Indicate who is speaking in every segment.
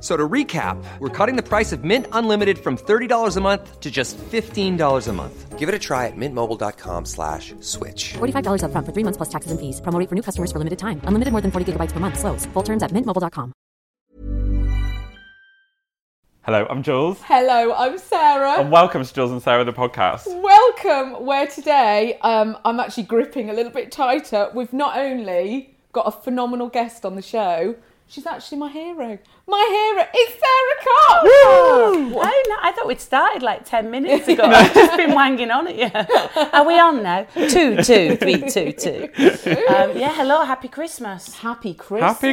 Speaker 1: So to recap, we're cutting the price of Mint Unlimited from $30 a month to just $15 a month. Give it a try at mintmobile.com slash switch.
Speaker 2: $45 upfront for three months plus taxes and fees. Promote for new customers for limited time. Unlimited more than 40 gigabytes per month. Slows. Full terms at mintmobile.com.
Speaker 3: Hello, I'm Jules,
Speaker 4: Hello, I'm Sarah.
Speaker 3: and welcome to Jules and Sarah the podcast.
Speaker 4: Welcome, where today um, I'm actually gripping a little bit tighter. We've not only got a phenomenal guest on the show, she's actually my hero. My hero is Sarah Cox!
Speaker 5: Oh, no, I thought we'd started like 10 minutes ago. I've just been wanging on at you. Are we on now? Two, two, three, two, two. Um, yeah, hello, happy Christmas.
Speaker 4: Happy Christmas!
Speaker 3: Happy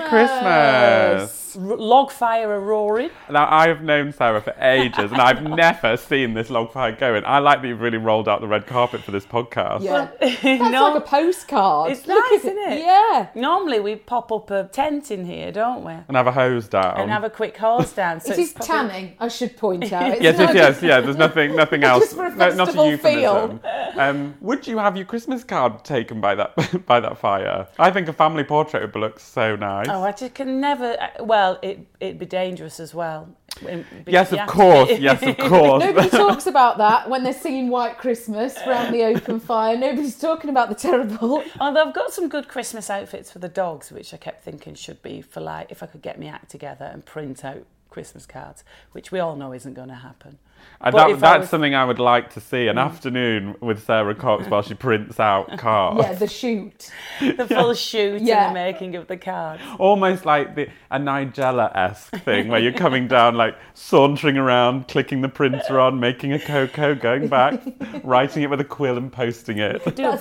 Speaker 3: Christmas!
Speaker 5: R- log fire a roaring.
Speaker 3: Now, I've known Sarah for ages, and I've never seen this log fire going. I like that you've really rolled out the red carpet for this podcast.
Speaker 4: Yeah. That's
Speaker 5: No.
Speaker 4: like a postcard.
Speaker 5: It's
Speaker 4: Look at
Speaker 5: nice, isn't it?
Speaker 4: Yeah.
Speaker 5: Normally we pop up a tent in here, don't we?
Speaker 3: And have a hose down.
Speaker 5: And have a quick hose down. So
Speaker 4: it is
Speaker 5: it's probably-
Speaker 4: tanning, I should point out. It's
Speaker 3: Yes, yes,
Speaker 4: not
Speaker 3: yes,
Speaker 4: just-
Speaker 3: yeah. There's nothing, nothing else.
Speaker 4: Just for a
Speaker 3: No- not
Speaker 4: festival
Speaker 3: a euphemism. Um, would you have your Christmas card taken by that by that fire? I think a family portrait would look so nice.
Speaker 5: Oh, I just can never. I- Well, it it'd be dangerous as well. It'd be-
Speaker 3: yes,
Speaker 5: you
Speaker 3: of
Speaker 5: have to
Speaker 3: course.
Speaker 5: be-
Speaker 3: yes, of course.
Speaker 4: Nobody talks about that when they're singing White Christmas round the open fire. Nobody's talking about the terrible.
Speaker 5: Although I've Oh, got some good Christmas outfits for the dogs, which I kept thinking should be for like if I could get my act together and print out Christmas cards, which we all know isn't going to happen.
Speaker 3: And
Speaker 5: But
Speaker 3: that,
Speaker 5: if I
Speaker 3: that's
Speaker 5: was-
Speaker 3: something I would like to see an
Speaker 4: Mm.
Speaker 3: afternoon with Sarah Cox while she prints out cards.
Speaker 4: Yeah, the shoot.
Speaker 5: The full shoot
Speaker 4: Yeah.
Speaker 5: and the making of the cards.
Speaker 3: Almost like the, a Nigella esque thing where you're coming down, like sauntering around, clicking the printer on, making a cocoa, going back, writing it with a quill and posting it.
Speaker 5: Do a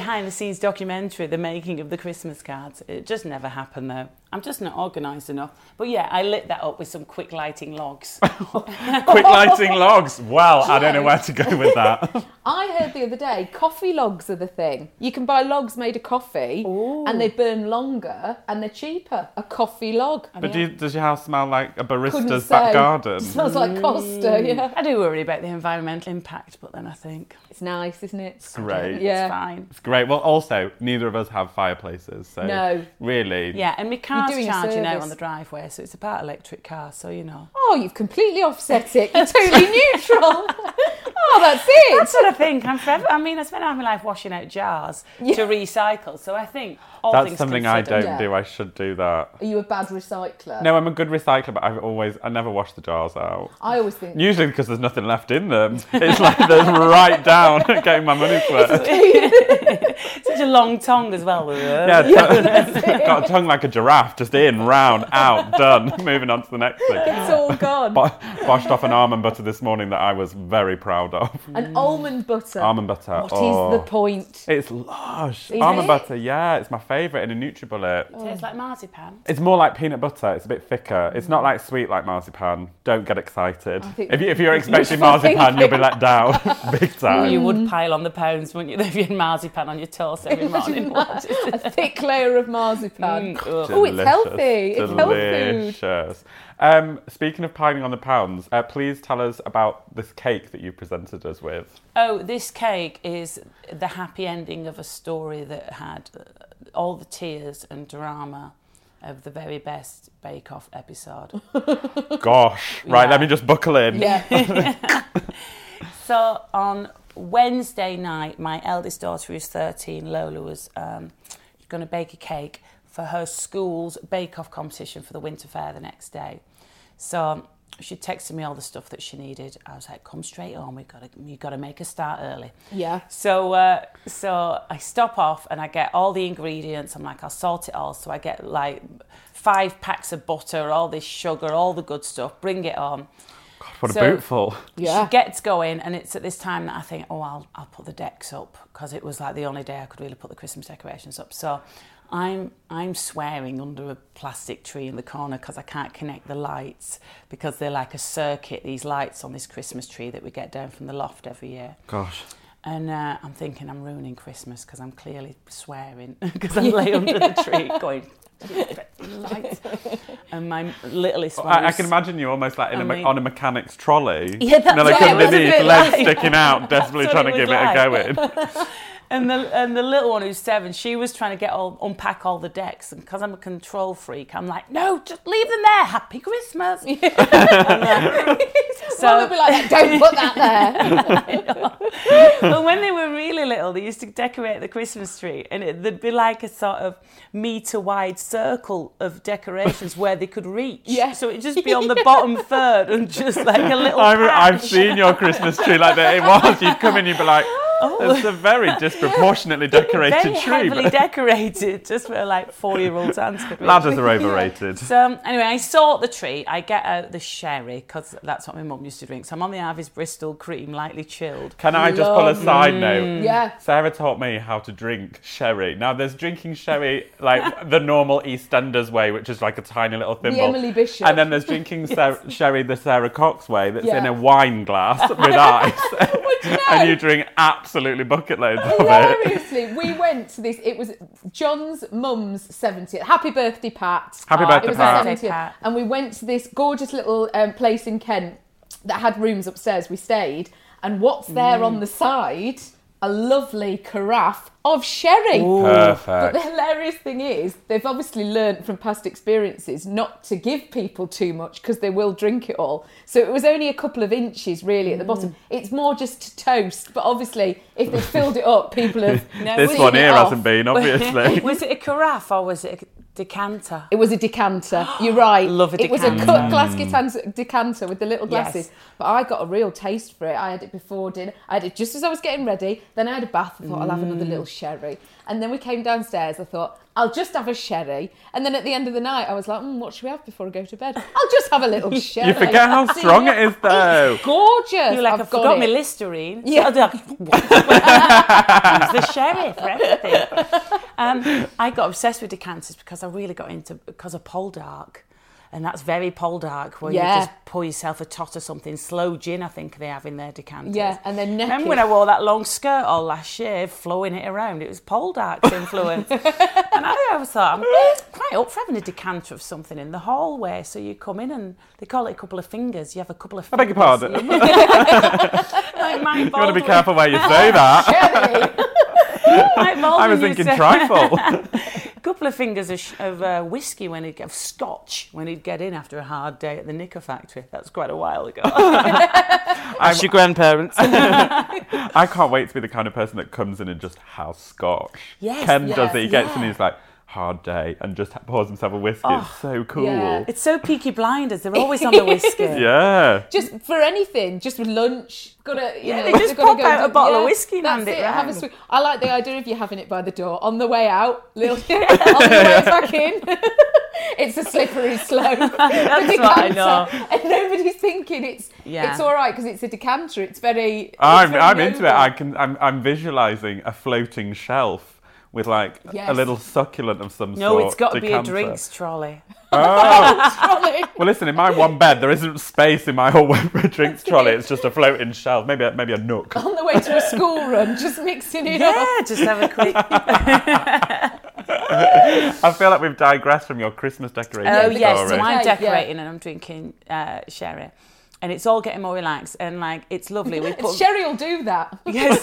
Speaker 5: behind the scenes documentary, the making of the Christmas cards. It just never happened though. I'm just not organised enough. But yeah, I lit that up with some quick lighting logs.
Speaker 3: Quick lighting logs. Well, I don't know where to go with that.
Speaker 4: I heard the other day coffee logs are the thing. You can buy logs made of coffee and they burn longer and they're cheaper. A coffee log.
Speaker 3: But do you, does your house smell like a
Speaker 4: Couldn't
Speaker 3: barista's
Speaker 4: say.
Speaker 3: back garden?
Speaker 4: Smells like Costa, yeah.
Speaker 5: I do worry about the environmental impact, but then I think
Speaker 4: It's nice, isn't it?
Speaker 3: Great.
Speaker 4: Yeah.
Speaker 5: it's fine.
Speaker 3: It's great. Well, also, neither of us have fireplaces, so
Speaker 4: No.
Speaker 3: really,
Speaker 5: Yeah, and my car's
Speaker 4: doing a
Speaker 5: charging out
Speaker 4: service.
Speaker 5: on the driveway, so it's a part electric car, so you know.
Speaker 4: Oh, you've completely offset it. You're totally neutral. oh, that's it.
Speaker 5: That's what I think. I'm forever. I mean, I spent half my life washing out jars to recycle, so I think all
Speaker 3: that's
Speaker 5: things
Speaker 3: something I
Speaker 5: considered.
Speaker 3: don't
Speaker 4: Yeah.
Speaker 3: do. I should do that.
Speaker 4: Are you a bad recycler?
Speaker 3: No, I'm a good recycler, but I've always, I never wash the jars out.
Speaker 4: I always think
Speaker 3: Usually because there's nothing left in them. It's like they're right down getting my money's worth.
Speaker 5: Such a long tongue as well.
Speaker 3: Yeah, t- got a tongue like a giraffe, just in, round, out, done. Moving on to the next thing.
Speaker 4: it's all gone.
Speaker 3: Bo- boshed off an almond butter this morning that I was very proud of.
Speaker 4: An almond butter.
Speaker 3: Almond butter.
Speaker 4: What is
Speaker 3: oh.
Speaker 4: the point?
Speaker 3: It's lush.
Speaker 4: Is
Speaker 3: almond
Speaker 4: it? Oh.
Speaker 3: butter, yeah, it's my favourite in a NutriBullet.
Speaker 5: It's like marzipan.
Speaker 3: It's more like peanut butter. It's a bit thicker. It's not like sweet like marzipan. Don't get excited.
Speaker 4: think-
Speaker 3: If, you, if you're expecting marzipan, you'll be let down big time.
Speaker 4: Mm.
Speaker 5: You would pile on the pounds, wouldn't you, if you had marzipan on your toast every morning? What is it?
Speaker 4: a thick layer of marzipan.
Speaker 5: Mm, ugh.
Speaker 4: Oh, it's healthy. It's health food.
Speaker 3: Delicious. Um, speaking of piling on the pounds, uh, please tell us about this cake that you presented us with.
Speaker 5: Oh, this cake is the happy ending of a story that had uh, all the tears and drama of the very best Bake Off episode.
Speaker 3: Gosh. Right,
Speaker 5: Yeah.
Speaker 3: let me just buckle in.
Speaker 4: Yeah.
Speaker 5: So on Wednesday night, my eldest daughter, who's 13, Lola, was um, going to bake a cake for her school's bake off competition for the winter fair the next day. So she texted me all the stuff that she needed. I was like, "Come straight on. We've got to, you've got to make a start early."
Speaker 4: Yeah.
Speaker 5: So, uh, so I stop off and I get all the ingredients. I'm like, I'll salt it all. So I get like five packs of butter, all this sugar, all the good stuff. Bring it on.
Speaker 3: What a
Speaker 5: So-
Speaker 3: bootful.
Speaker 4: Yeah.
Speaker 5: She gets going, and it's at this time that I think, oh, I'll, I'll put the decks up because it was like the only day I could really put the Christmas decorations up. So I'm I'm swearing under a plastic tree in the corner because I can't connect the lights because they're like a circuit. These lights on this Christmas tree that we get down from the loft every year.
Speaker 3: Gosh.
Speaker 5: And uh, I'm thinking I'm ruining Christmas because I'm clearly swearing because I lay under the tree going. lights. and my littlest one.
Speaker 3: I, I
Speaker 5: was-
Speaker 3: can imagine you almost like in a,
Speaker 5: I
Speaker 3: me-
Speaker 5: mean-
Speaker 3: on a mechanic's trolley. you
Speaker 5: Yeah,
Speaker 3: know, like
Speaker 5: that's what it was a
Speaker 3: underneath,
Speaker 5: bit
Speaker 3: legs
Speaker 5: like.
Speaker 3: sticking out, desperately
Speaker 5: That's
Speaker 3: trying
Speaker 5: what
Speaker 3: to
Speaker 5: it
Speaker 3: give
Speaker 5: was
Speaker 3: it a go in.
Speaker 5: and the and the little one who's seven, she was trying to get all unpack all the decks, and because I'm a control freak, I'm like, no, just leave them there. Happy Christmas. And, uh,
Speaker 4: Well, they'll be like, don't put that there.
Speaker 5: but when they were really little, they used to decorate the Christmas tree, and it, there'd be like a sort of meter wide circle of decorations where they could reach.
Speaker 4: Yeah.
Speaker 5: So it'd just be on the bottom third and just like a little.
Speaker 3: I've, I've
Speaker 5: patch.
Speaker 3: seen your Christmas tree like that. It was. You'd come in, you'd be like, it's a very disproportionately decorated
Speaker 5: Oh. Very
Speaker 3: tree.
Speaker 5: heavily
Speaker 3: but
Speaker 5: decorated, just for like four-year-old hands. could reach.
Speaker 3: Ladders are overrated.
Speaker 5: So um, anyway, I sort the tree. I get out the sherry because that's what my mum used to drink. So I'm on the Harvey's Bristol cream, lightly chilled.
Speaker 3: Can I just pull a side
Speaker 5: Mm.
Speaker 3: note?
Speaker 4: Yeah.
Speaker 3: Sarah taught me how to drink sherry. Now, there's drinking sherry like the normal EastEnders way, which is like a tiny little thimble.
Speaker 4: Emily Bishop.
Speaker 3: And then there's drinking Sarah, sherry the Sarah Cox way that's in
Speaker 4: Yeah.
Speaker 3: a
Speaker 4: Oh
Speaker 3: wine glass with ice.
Speaker 4: you know?
Speaker 3: and you drink absolutely bucket loads of it.
Speaker 4: Hilariously, we went to this. It was John's mum's 70th. Happy birthday, Pat.
Speaker 3: Happy
Speaker 4: Uh,
Speaker 3: birthday,
Speaker 4: it was
Speaker 3: Pat.
Speaker 4: Her 70th.
Speaker 5: Pat.
Speaker 4: And we went to this gorgeous little um, place in Kent that had rooms upstairs. We stayed. And what's there on the side? A lovely carafe of sherry. But
Speaker 3: Perfect.
Speaker 4: the hilarious thing is, they've obviously learnt from past experiences not to give people too much because they will drink it all. So it was only a couple of inches really at the bottom.
Speaker 3: Mm.
Speaker 4: It's more just to toast, but obviously if they filled it up, people have.
Speaker 3: This
Speaker 5: was
Speaker 3: one
Speaker 5: it
Speaker 3: here
Speaker 5: off?
Speaker 3: hasn't been, obviously.
Speaker 5: was it a carafe or was it a decanter?
Speaker 4: It was a decanter. You're right.
Speaker 5: Love a
Speaker 4: It was a
Speaker 5: decanter.
Speaker 4: cut glass decanter, decanter with the little
Speaker 5: Yes.
Speaker 4: glasses. But I got a real taste for it. I had it before dinner. I had it just as I was getting ready. Then I had a bath. I thought I'll have another little
Speaker 5: Mm.
Speaker 4: sherry. And then we came downstairs. I thought I'll just have a sherry. And then at the end of the night, I was like, mm, what should we have before I go to bed? I'll just have a little sherry.
Speaker 3: You forget how
Speaker 4: See,
Speaker 3: strong it is, though.
Speaker 4: It's gorgeous.
Speaker 5: You're like,
Speaker 4: I've
Speaker 5: I've, forgot
Speaker 4: got
Speaker 5: my
Speaker 4: it.
Speaker 5: Listerine.
Speaker 4: Yeah.
Speaker 5: So they're like, what? Where's the sherry for everything. Um, I got obsessed with decanters because I really got into because of Poldark. And that's very Poldark, where
Speaker 4: Yeah.
Speaker 5: you just pour yourself a tot or something. Slow gin, I think they have in their decanters.
Speaker 4: Yeah, and they're naked.
Speaker 5: Remember when I wore that long skirt all last year, flowing it around? It was Poldark's influence. and I always thought, I'm quite up for having a decanter of something in the hallway. So you come in and they call it a couple of fingers. You have a couple of
Speaker 3: I beg your
Speaker 5: fingers.
Speaker 3: pardon.
Speaker 5: Like Mike
Speaker 3: You want to be
Speaker 5: Baldwin.
Speaker 3: careful where you say that.
Speaker 5: Mike Baldwin
Speaker 3: I was
Speaker 5: used
Speaker 3: thinking
Speaker 5: to-
Speaker 3: trifle.
Speaker 5: A couple of fingers of, sh- of uh, whiskey when he'd get, of scotch when he'd get in after a hard day at the knicker factory. That's quite a while ago.
Speaker 3: I'm-
Speaker 5: your grandparents.
Speaker 3: I can't wait to be the kind of person that comes in and just house scotch.
Speaker 5: Yes,
Speaker 3: Ken does
Speaker 4: yes,
Speaker 3: it. He gets in
Speaker 5: yeah. Oh,
Speaker 3: and he's like, hard day, and just pours himself a whiskey. it's so cool.
Speaker 4: yeah.
Speaker 3: Yeah.
Speaker 5: it's so Peaky Blinders. They're always on the whiskey.
Speaker 4: just for anything, just with lunch. Gotta, you
Speaker 5: Yeah,
Speaker 4: know,
Speaker 5: they
Speaker 4: they've
Speaker 5: just
Speaker 4: gotta
Speaker 5: pop
Speaker 4: go
Speaker 5: out
Speaker 4: and
Speaker 5: a
Speaker 4: do-
Speaker 5: bottle of whiskey and
Speaker 4: that's
Speaker 5: hand it
Speaker 4: it, Have a
Speaker 5: round.
Speaker 4: swig. I like the idea of you having it by the door on the way out, little on the way back in. it's a slippery slope. that's
Speaker 5: what I know.
Speaker 4: And nobody's thinking it's
Speaker 5: Yeah.
Speaker 4: it's all right because it's a decanter. It's very. it's
Speaker 3: I'm,
Speaker 4: very
Speaker 3: I'm into it.
Speaker 4: noble.
Speaker 3: I can. I'm, I'm visualizing a floating shelf with like a
Speaker 4: Yes.
Speaker 3: little succulent of some
Speaker 5: No,
Speaker 3: sort.
Speaker 5: it's got to be a
Speaker 3: decanter.
Speaker 5: drinks trolley.
Speaker 3: Oh.
Speaker 4: Probably.
Speaker 3: well, listen. In my one bed, there isn't space in my hallway for a drinks trolley. It's just a floating shelf. Maybe a, maybe a nook.
Speaker 4: on the way to a school run, just mixing it up.
Speaker 5: Yeah, just have a quick.
Speaker 3: I feel like we've digressed from your Christmas decoration.
Speaker 5: Oh
Speaker 3: story.
Speaker 5: yes, so I'm
Speaker 4: Right, yeah.
Speaker 5: decorating and I'm drinking uh, sherry, and it's all getting more relaxed and like it's lovely. We put
Speaker 4: Sherry will do that.
Speaker 5: yes,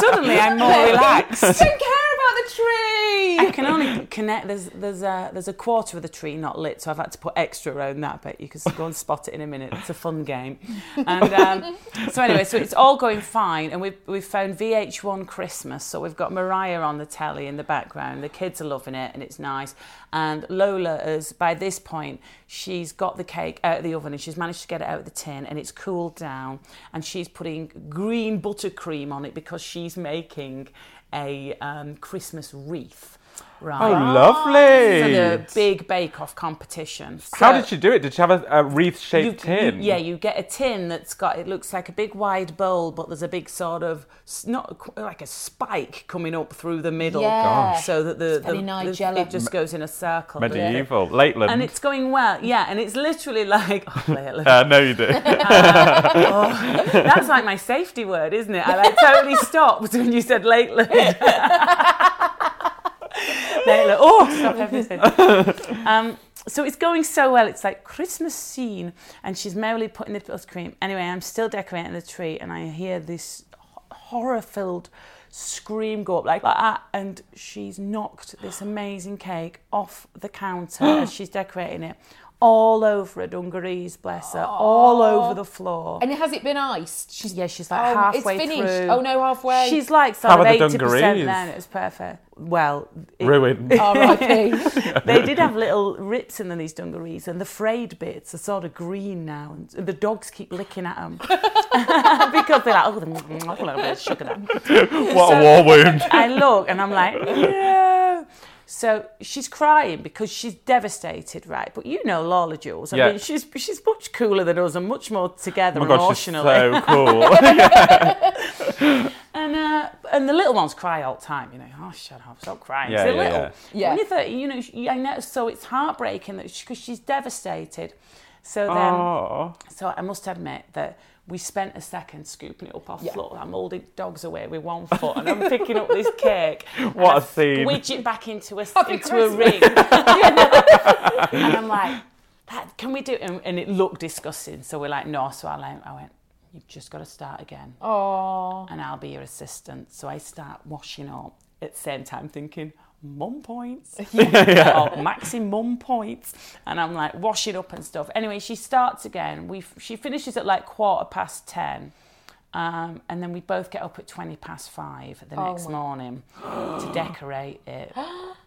Speaker 5: suddenly I'm more relaxed.
Speaker 4: Don't care
Speaker 5: I
Speaker 4: about the tree.
Speaker 5: can only connect. There's there's a there's a quarter of the tree not lit, so I've had to put extra around that bit. You can s- go and spot it in a minute. It's a fun game. And um, so anyway, so it's all going fine, and we've we've found VH1 Christmas, so we've got Mariah on the telly in the background. The kids are loving it, and it's nice. And Lola is by this point she's got the cake out of the oven and she's managed to get it out of the tin and it's cooled down and she's putting green buttercream on it because she's making a um, Christmas wreath.
Speaker 3: Oh,
Speaker 5: Right.
Speaker 3: lovely.
Speaker 5: For the big bake off competition.
Speaker 3: How
Speaker 5: So-
Speaker 3: did you do it? Did you have a, a wreath shaped
Speaker 5: you- you-
Speaker 3: tin?
Speaker 5: yeah, you get a tin that's got it looks like a big wide bowl, but there's a big sort of s- not qu- like a spike coming up through the middle,
Speaker 4: Yeah. Gosh.
Speaker 5: so that the,
Speaker 4: It's
Speaker 5: the,
Speaker 4: very
Speaker 5: the-
Speaker 4: Nigella.
Speaker 5: it just goes in a circle.
Speaker 3: Medieval. Lakeland.
Speaker 5: And it's going well, yeah. And it's literally like oh, Leyland.
Speaker 3: Uh, no, you do.
Speaker 5: Oh, that's like my safety word, isn't it? I like totally stopped when you said Lakeland. Lakeland. Oh, stop everything. Um, so it's going so well. It's like Christmas scene, and she's merrily putting the ice cream. Anyway, I'm still decorating the tree, and I hear this horror-filled scream go up like that, and she's knocked this amazing cake off the counter as she's decorating it. All over a dungarees, bless her, all over the floor.
Speaker 4: And has it been iced? She's,
Speaker 5: Yeah, she's like
Speaker 4: oh,
Speaker 5: halfway
Speaker 4: It's finished.
Speaker 5: through.
Speaker 4: Oh no, halfway.
Speaker 5: She's like sort
Speaker 3: How
Speaker 5: of
Speaker 3: are the
Speaker 5: eighty percent
Speaker 3: dungarees?
Speaker 5: then. It was perfect. Well, it-
Speaker 3: Ruined.
Speaker 5: Oh,
Speaker 4: R.I.P.
Speaker 5: they did have little rips in these dungarees, and the frayed bits are sort of green now, and the dogs keep licking at them because they're like, oh, the a little bit of sugar. There.
Speaker 3: what a war wound. Oh
Speaker 5: I look and I'm like, no. So she's crying because she's devastated, right? But you know Lola Jules. I
Speaker 3: Yeah.
Speaker 5: mean, she's she's much cooler than us and much more together
Speaker 3: Oh my gosh, she's
Speaker 5: emotionally. Um,
Speaker 3: so cool.
Speaker 5: And uh, and the little ones cry all the time, you know. Oh, shut up, stop crying.
Speaker 3: Yeah,
Speaker 5: they're
Speaker 3: yeah,
Speaker 5: little.
Speaker 3: yeah.
Speaker 4: Yeah.
Speaker 5: When you're 30, you know, she- I know. So it's heartbreaking that because she's devastated. So then,
Speaker 3: Aw.
Speaker 5: so I must admit that we spent a second scooping it up off the floor. I'm holding dogs away with one foot, and I'm picking up this cake. and
Speaker 3: What
Speaker 5: I
Speaker 3: a scene.
Speaker 5: Wedge it back into a
Speaker 4: Happy
Speaker 5: into a
Speaker 4: Christmas.
Speaker 5: ring, and I'm like, that, "Can we do?" It? And, and it looked disgusting. So we're like, "No." So I like, I went, "You've just got to start again."
Speaker 4: Oh,
Speaker 5: and I'll be your assistant. So I start washing up at the same time thinking, mum points. Or maxing mum points. And I'm like washing up and stuff. Anyway, she starts again. We she finishes at like quarter past ten. Um, and then we both get up at 20 past five the
Speaker 3: Oh
Speaker 5: next morning to decorate it.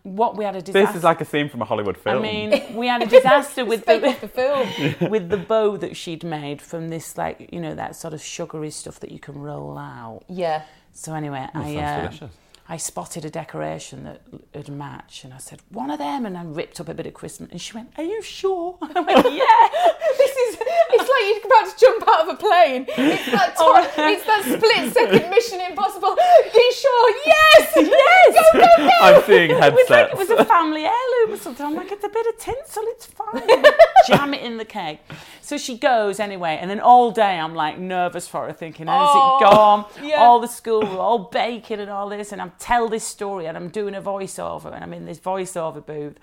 Speaker 5: What we had a disaster.
Speaker 3: this is like a scene from a Hollywood
Speaker 5: I
Speaker 3: film.
Speaker 5: mean, we had a disaster with
Speaker 4: Speak of the
Speaker 5: the,
Speaker 4: film.
Speaker 5: with the bow that she'd made from this, like, you know, that sort of sugary stuff that you can roll out.
Speaker 4: Yeah.
Speaker 5: So anyway, I
Speaker 3: sounds
Speaker 5: uh,
Speaker 3: delicious.
Speaker 5: I spotted a decoration that would match, and I said one of them, and I ripped up a bit of Christmas, and she went, "Are you sure?" I went, "Yeah."
Speaker 4: This is, it's like you're about to jump out of a plane. It's that, to-
Speaker 5: Oh.
Speaker 4: it's that split second mission impossible. Are you sure? Yes!
Speaker 5: Yes!
Speaker 4: Go, go, go!
Speaker 3: I'm seeing
Speaker 5: It was like it
Speaker 3: headsets.
Speaker 5: was a family heirloom or something. I'm like, it's a bit of tinsel, it's fine. Jam it in the cake. So she goes anyway, and then all day I'm like nervous for her, thinking, how's
Speaker 4: Oh,
Speaker 5: it gone?
Speaker 4: yeah.
Speaker 5: All the school, we're all baking and all this, and I'm tell this story, and I'm doing a voiceover, and I'm in this voiceover booth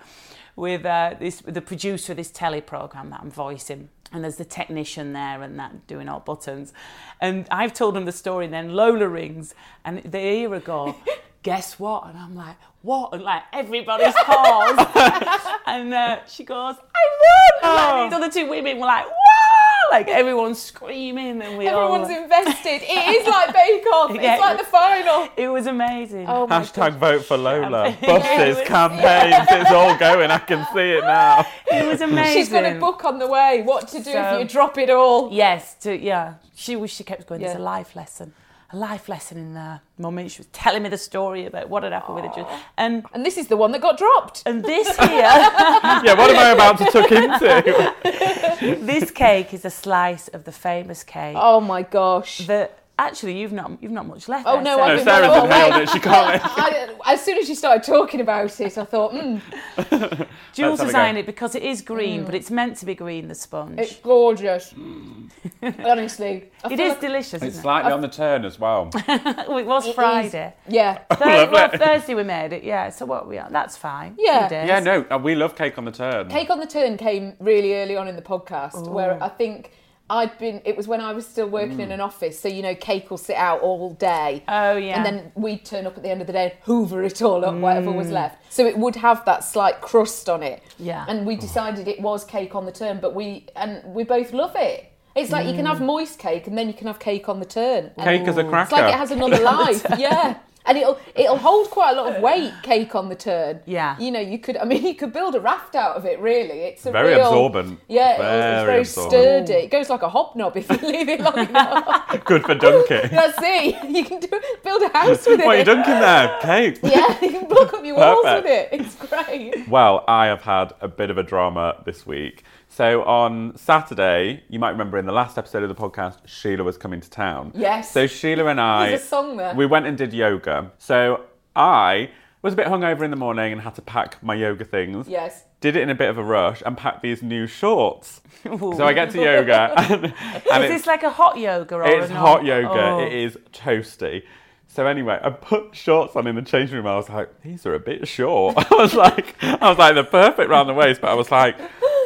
Speaker 5: with uh, this with the producer of this telly program that I'm voicing. And there's the technician there and that doing all buttons. And I've told them the story, and then Lola rings, and they hear her go, guess what? And I'm like, what? And like everybody's paused. and uh, she goes, I won! And
Speaker 4: Oh.
Speaker 5: like, these other two women were like, wow! Like everyone's screaming and we
Speaker 4: Everyone's
Speaker 5: all.
Speaker 4: invested. It is like Bake Off.
Speaker 5: Yeah.
Speaker 4: It's like the final.
Speaker 5: It was amazing.
Speaker 4: Oh my
Speaker 3: Hashtag vote for Lola.
Speaker 5: Yeah,
Speaker 3: Buses,
Speaker 5: it's-
Speaker 3: campaigns, it's all going. I can see it now.
Speaker 5: It was amazing.
Speaker 4: She's got a book on the way. What to do
Speaker 5: So-
Speaker 4: if you drop it all?
Speaker 5: Yes, to, yeah. She was. She kept going. There's a
Speaker 4: Yeah.
Speaker 5: life lesson. A life lesson in there. Moment she was telling me the story about what had happened with the dress. And
Speaker 4: And this is the one that got dropped.
Speaker 5: and this here.
Speaker 3: Yeah, what am I about to tuck into?
Speaker 5: this cake is a slice of the famous cake
Speaker 4: Oh my gosh.
Speaker 5: that actually you've not you've not much left.
Speaker 4: Oh
Speaker 5: there,
Speaker 4: no,
Speaker 5: so-
Speaker 4: I've
Speaker 3: No,
Speaker 4: been
Speaker 3: Sarah's
Speaker 4: oh,
Speaker 3: inhaled
Speaker 4: wait.
Speaker 3: it. She can't.
Speaker 4: I, as soon as she started talking about it, I thought, mm,
Speaker 3: Let's have
Speaker 5: Jules
Speaker 3: a
Speaker 5: designed
Speaker 3: go.
Speaker 5: it because it is green, but it's meant to be green. The sponge.
Speaker 4: it's gorgeous. Honestly, I
Speaker 5: it
Speaker 4: feel
Speaker 5: is
Speaker 4: like-
Speaker 5: delicious.
Speaker 3: It's
Speaker 5: Isn't
Speaker 3: slightly on the turn as well.
Speaker 5: it? Oh, it was Friday.
Speaker 4: yeah.
Speaker 5: Thursday, well,
Speaker 3: Lovely.
Speaker 5: Thursday we made it. Yeah. So what we are? That's fine.
Speaker 4: Yeah.
Speaker 5: Two days.
Speaker 3: Yeah, no, uh, we love cake on the turn.
Speaker 4: Cake on the Turn came really early on in the podcast, where I think I'd been. It was when I was still working
Speaker 3: Mm.
Speaker 4: in an office, so you know, cake will sit out all day.
Speaker 5: Oh, yeah.
Speaker 4: and then we'd turn up at the end of the day and hoover it all up, whatever was left. So it would have that slight crust on it.
Speaker 5: Mm. Yeah.
Speaker 4: and
Speaker 3: Oh.
Speaker 4: we decided it was cake on the turn, but we and we both love it. It's like you
Speaker 5: Mm.
Speaker 4: can have moist cake and then you can have cake on the turn.
Speaker 3: Cake as a
Speaker 4: It's like
Speaker 3: cracker.
Speaker 4: it has another life. Yeah. and it'll it'll hold quite a lot of weight. Cake on the turn.
Speaker 5: Yeah.
Speaker 4: you know, you could. I mean, you could build a raft out of it. Really, it's a
Speaker 3: Very
Speaker 4: real-
Speaker 3: absorbent.
Speaker 4: Yeah, it-
Speaker 3: Very
Speaker 4: it's very
Speaker 3: absorbent.
Speaker 4: sturdy. It goes like a hobnob if you leave it long enough.
Speaker 3: Good for dunking.
Speaker 4: That's it. You can do, build a house with it.
Speaker 3: What are you dunking there? Cake.
Speaker 4: Yeah, you can block up your walls with it.
Speaker 3: Perfect.
Speaker 4: It's great.
Speaker 3: Well, I have had a bit of a drama this week. So on Saturday, you might remember in the last episode of the podcast, Sheila was coming to town.
Speaker 4: Yes.
Speaker 3: So Sheila and I
Speaker 4: There's a song there.
Speaker 3: We went and did yoga. So I was a bit hungover in the morning and had to pack my yoga things.
Speaker 4: Yes.
Speaker 3: Did it in a bit of a rush and packed these new shorts. So I get to yoga and, and
Speaker 5: Is
Speaker 3: it's-
Speaker 5: this like a hot yoga or
Speaker 3: it's
Speaker 5: a
Speaker 3: hot
Speaker 5: normal-
Speaker 3: yoga.
Speaker 5: Oh.
Speaker 3: It is toasty. So anyway, I put shorts on in the changing room. I was like, these are a bit short. I was like, I was like, they're perfect round the waist, but I was like,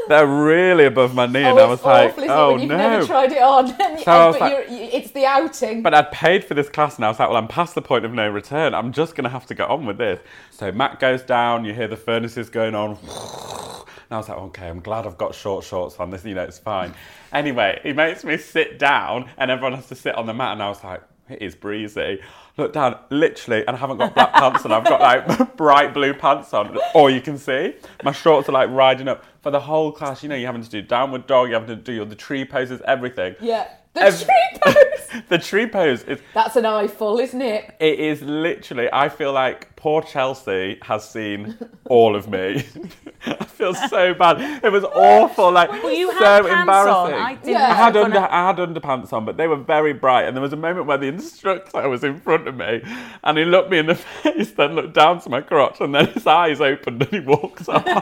Speaker 3: they're really above my knee,
Speaker 4: Oh,
Speaker 3: and I was
Speaker 4: it's awful,
Speaker 3: like,
Speaker 4: isn't it,
Speaker 3: oh
Speaker 4: when you've never
Speaker 3: no.
Speaker 4: tried it on, and,
Speaker 3: So I was
Speaker 4: but
Speaker 3: like-
Speaker 4: you're, you, it's the outing.
Speaker 3: But I'd paid for this class and I was like, well, I'm past the point of no return. I'm just going to have to get on with this. So Matt goes down, you hear the furnaces going on. And I was like, okay, I'm glad I've got short shorts on this, you know, it's fine. Anyway, he makes me sit down and everyone has to sit on the mat. And I was like, it is breezy. Look down, literally, and I haven't got black pants on. I've got like bright blue pants on. All you can see, my shorts are like riding up for the whole class. You know, you're having to do downward dog, you're having to do the tree poses, everything.
Speaker 4: yeah, the
Speaker 3: Ev-
Speaker 4: tree pose.
Speaker 3: the tree pose is
Speaker 4: That's an eyeful, isn't it?
Speaker 3: it is literally I feel like poor Chelsea has seen all of me. I feel so bad. It was awful, like
Speaker 5: Well, you
Speaker 3: so
Speaker 5: had pants
Speaker 3: embarrassing.
Speaker 5: on. I didn't.
Speaker 4: Yeah.
Speaker 3: I had
Speaker 5: I'm
Speaker 3: under
Speaker 5: gonna-
Speaker 3: I had underpants on, but they were very bright. And there was a moment where the instructor was in front of me, and he looked me in the face, then looked down to my crotch, and then his eyes opened and he walked off. and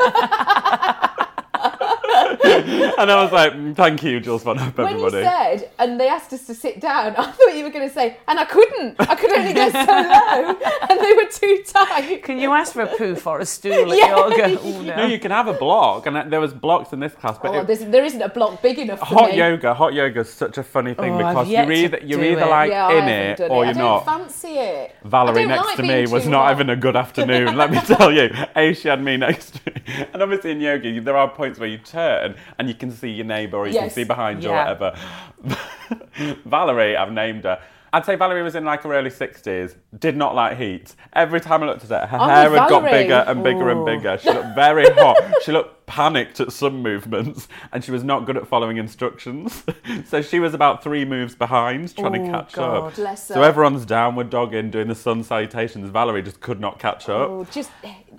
Speaker 3: I was like, "Mm, "Thank you, Jules Van Hoop,
Speaker 4: When you
Speaker 3: everybody."
Speaker 4: said, and they asked us to sit down, I thought you were going to say, and I couldn't. I could only go so low, and they were too tight.
Speaker 5: Can you ask for a poof or a stool at
Speaker 4: Yeah.
Speaker 5: yoga? Oh, no.
Speaker 3: no, you can have a block, and I- there was blocks in this class, but
Speaker 4: Oh,
Speaker 3: it,
Speaker 4: there's, there isn't a block big enough for
Speaker 3: Hot
Speaker 4: me.
Speaker 3: yoga, hot yoga is such a funny thing
Speaker 5: Oh, I've
Speaker 3: because
Speaker 5: yet
Speaker 3: you're either
Speaker 5: to
Speaker 3: you're
Speaker 5: do
Speaker 3: either
Speaker 5: it.
Speaker 3: like
Speaker 4: Yeah, I
Speaker 3: in
Speaker 4: haven't
Speaker 3: it
Speaker 4: done
Speaker 3: or
Speaker 4: it.
Speaker 3: you're
Speaker 4: I
Speaker 3: not.
Speaker 4: don't fancy it. I
Speaker 3: Valerie
Speaker 4: don't
Speaker 3: next
Speaker 4: like
Speaker 3: to me
Speaker 4: being
Speaker 3: was
Speaker 4: too
Speaker 3: not
Speaker 4: hot.
Speaker 3: having a good afternoon. let me tell you, a she had me next to me, and obviously in yoga you- there are points where you turn and you can see your neighbour or you can
Speaker 4: Yes.
Speaker 3: see behind you
Speaker 5: Yeah.
Speaker 3: or whatever. Valerie, I've named her. I'd say Valerie was in like her early 60s, did not like heat. Every time I looked at her, her
Speaker 4: Oh,
Speaker 3: hair had got
Speaker 4: Valerie.
Speaker 3: bigger and bigger and bigger. She looked very hot. she looked panicked at some movements and she was not good at following instructions. so she was about three moves behind trying to
Speaker 5: Oh,
Speaker 3: catch
Speaker 5: God.
Speaker 3: up.
Speaker 4: Bless
Speaker 3: so
Speaker 4: her.
Speaker 3: everyone's downward dogging, doing the sun salutations. Valerie just could not catch up.
Speaker 4: Oh, just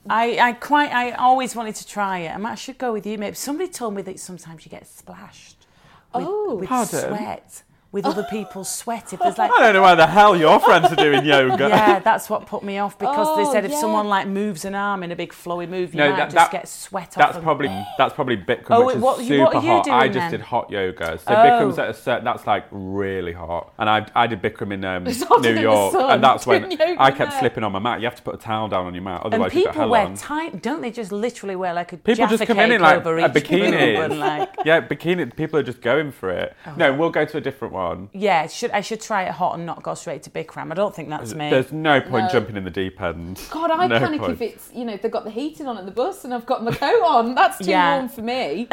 Speaker 5: I, I quite I always wanted to try it. I might I should go with you. Maybe somebody told me that sometimes you get splashed with,
Speaker 4: Oh.
Speaker 5: with
Speaker 3: Pardon?
Speaker 5: sweat, with other people's sweat. If there's like
Speaker 3: I don't know why the hell your friends are doing yoga.
Speaker 5: yeah, that's what put me off because they
Speaker 4: Oh,
Speaker 5: said if
Speaker 4: yeah.
Speaker 5: someone like moves an arm in a big flowy move, you
Speaker 3: No,
Speaker 5: might
Speaker 3: that-
Speaker 5: just
Speaker 3: that-
Speaker 5: get sweat off.
Speaker 3: That's
Speaker 5: them.
Speaker 3: probably that's probably Bikram,
Speaker 5: Oh,
Speaker 3: which is
Speaker 5: what-
Speaker 3: super
Speaker 5: what are you
Speaker 3: hot. I
Speaker 5: doing
Speaker 3: just
Speaker 5: then?
Speaker 3: did hot yoga, so
Speaker 5: Oh.
Speaker 3: Bikram's at a certain. That's like really hot, and I I did Bikram in um,
Speaker 4: It's hotter than
Speaker 3: New
Speaker 4: the
Speaker 3: York,
Speaker 4: sun,
Speaker 3: and that's when
Speaker 4: doing yoga
Speaker 3: I kept
Speaker 4: there.
Speaker 3: slipping on my mat. You have to put a towel down on your mat,
Speaker 5: And
Speaker 3: otherwise you get
Speaker 5: people
Speaker 3: hell
Speaker 5: wear
Speaker 3: on.
Speaker 5: tight, don't they? Just literally wear like a
Speaker 3: People
Speaker 5: Jaffa
Speaker 3: just come in
Speaker 5: cake
Speaker 3: in like
Speaker 5: over
Speaker 3: a
Speaker 5: each boob
Speaker 3: bikini.
Speaker 5: and, like Oh,
Speaker 3: yeah, bikini. People are just going for it. No, we'll go to a different one.
Speaker 5: yeah, should I should try it hot and not go straight to Bikram? I don't think that's me.
Speaker 3: There's no point
Speaker 4: No.
Speaker 3: jumping in the deep end.
Speaker 4: God, I
Speaker 3: no
Speaker 4: panic if
Speaker 3: point.
Speaker 4: it's you know they've got the heating on in the bus and I've got my coat on. That's too
Speaker 5: Yeah.
Speaker 4: warm for me.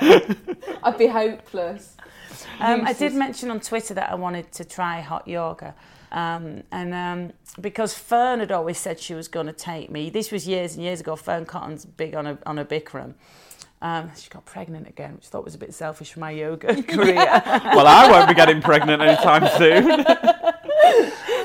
Speaker 4: I'd be hopeless.
Speaker 5: Um, I did mention on Twitter that I wanted to try hot yoga. Um, and um, because Fern had always said she was going to take me, this was years and years ago. Fern Cotton's big on a, on a Bikram. Um, she got pregnant again, which I thought was a bit selfish for my yoga career.
Speaker 3: well, I won't be getting pregnant anytime soon.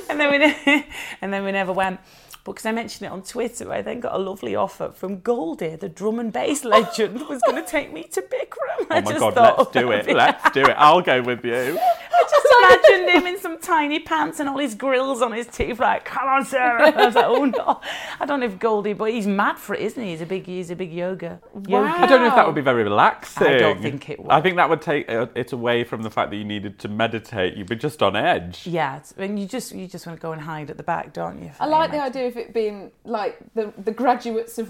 Speaker 5: and then we ne- and then we never went. But because I mentioned it on Twitter, I then got a lovely offer from Goldie, the drum and bass legend, was going to take me to Bikram.
Speaker 3: Oh my god, let's do it. Let's do it. I'll go with you.
Speaker 5: I just imagined him in some tiny pants and all his grills on his teeth, like, come on, Sarah. I was like, oh no. I don't know if Goldie, but he's mad for it, isn't he? He's a big, he's a big yoga.
Speaker 3: I
Speaker 5: yogi.
Speaker 3: don't know if that would be very relaxing.
Speaker 5: I don't think it would.
Speaker 3: I think that would take uh, it away from the fact that you needed to meditate. You'd be just on edge.
Speaker 5: Yeah, it's- and you just you just want to go and hide at the back, don't you?
Speaker 4: I like the
Speaker 5: Imagine.
Speaker 4: idea of it being like the, the graduates of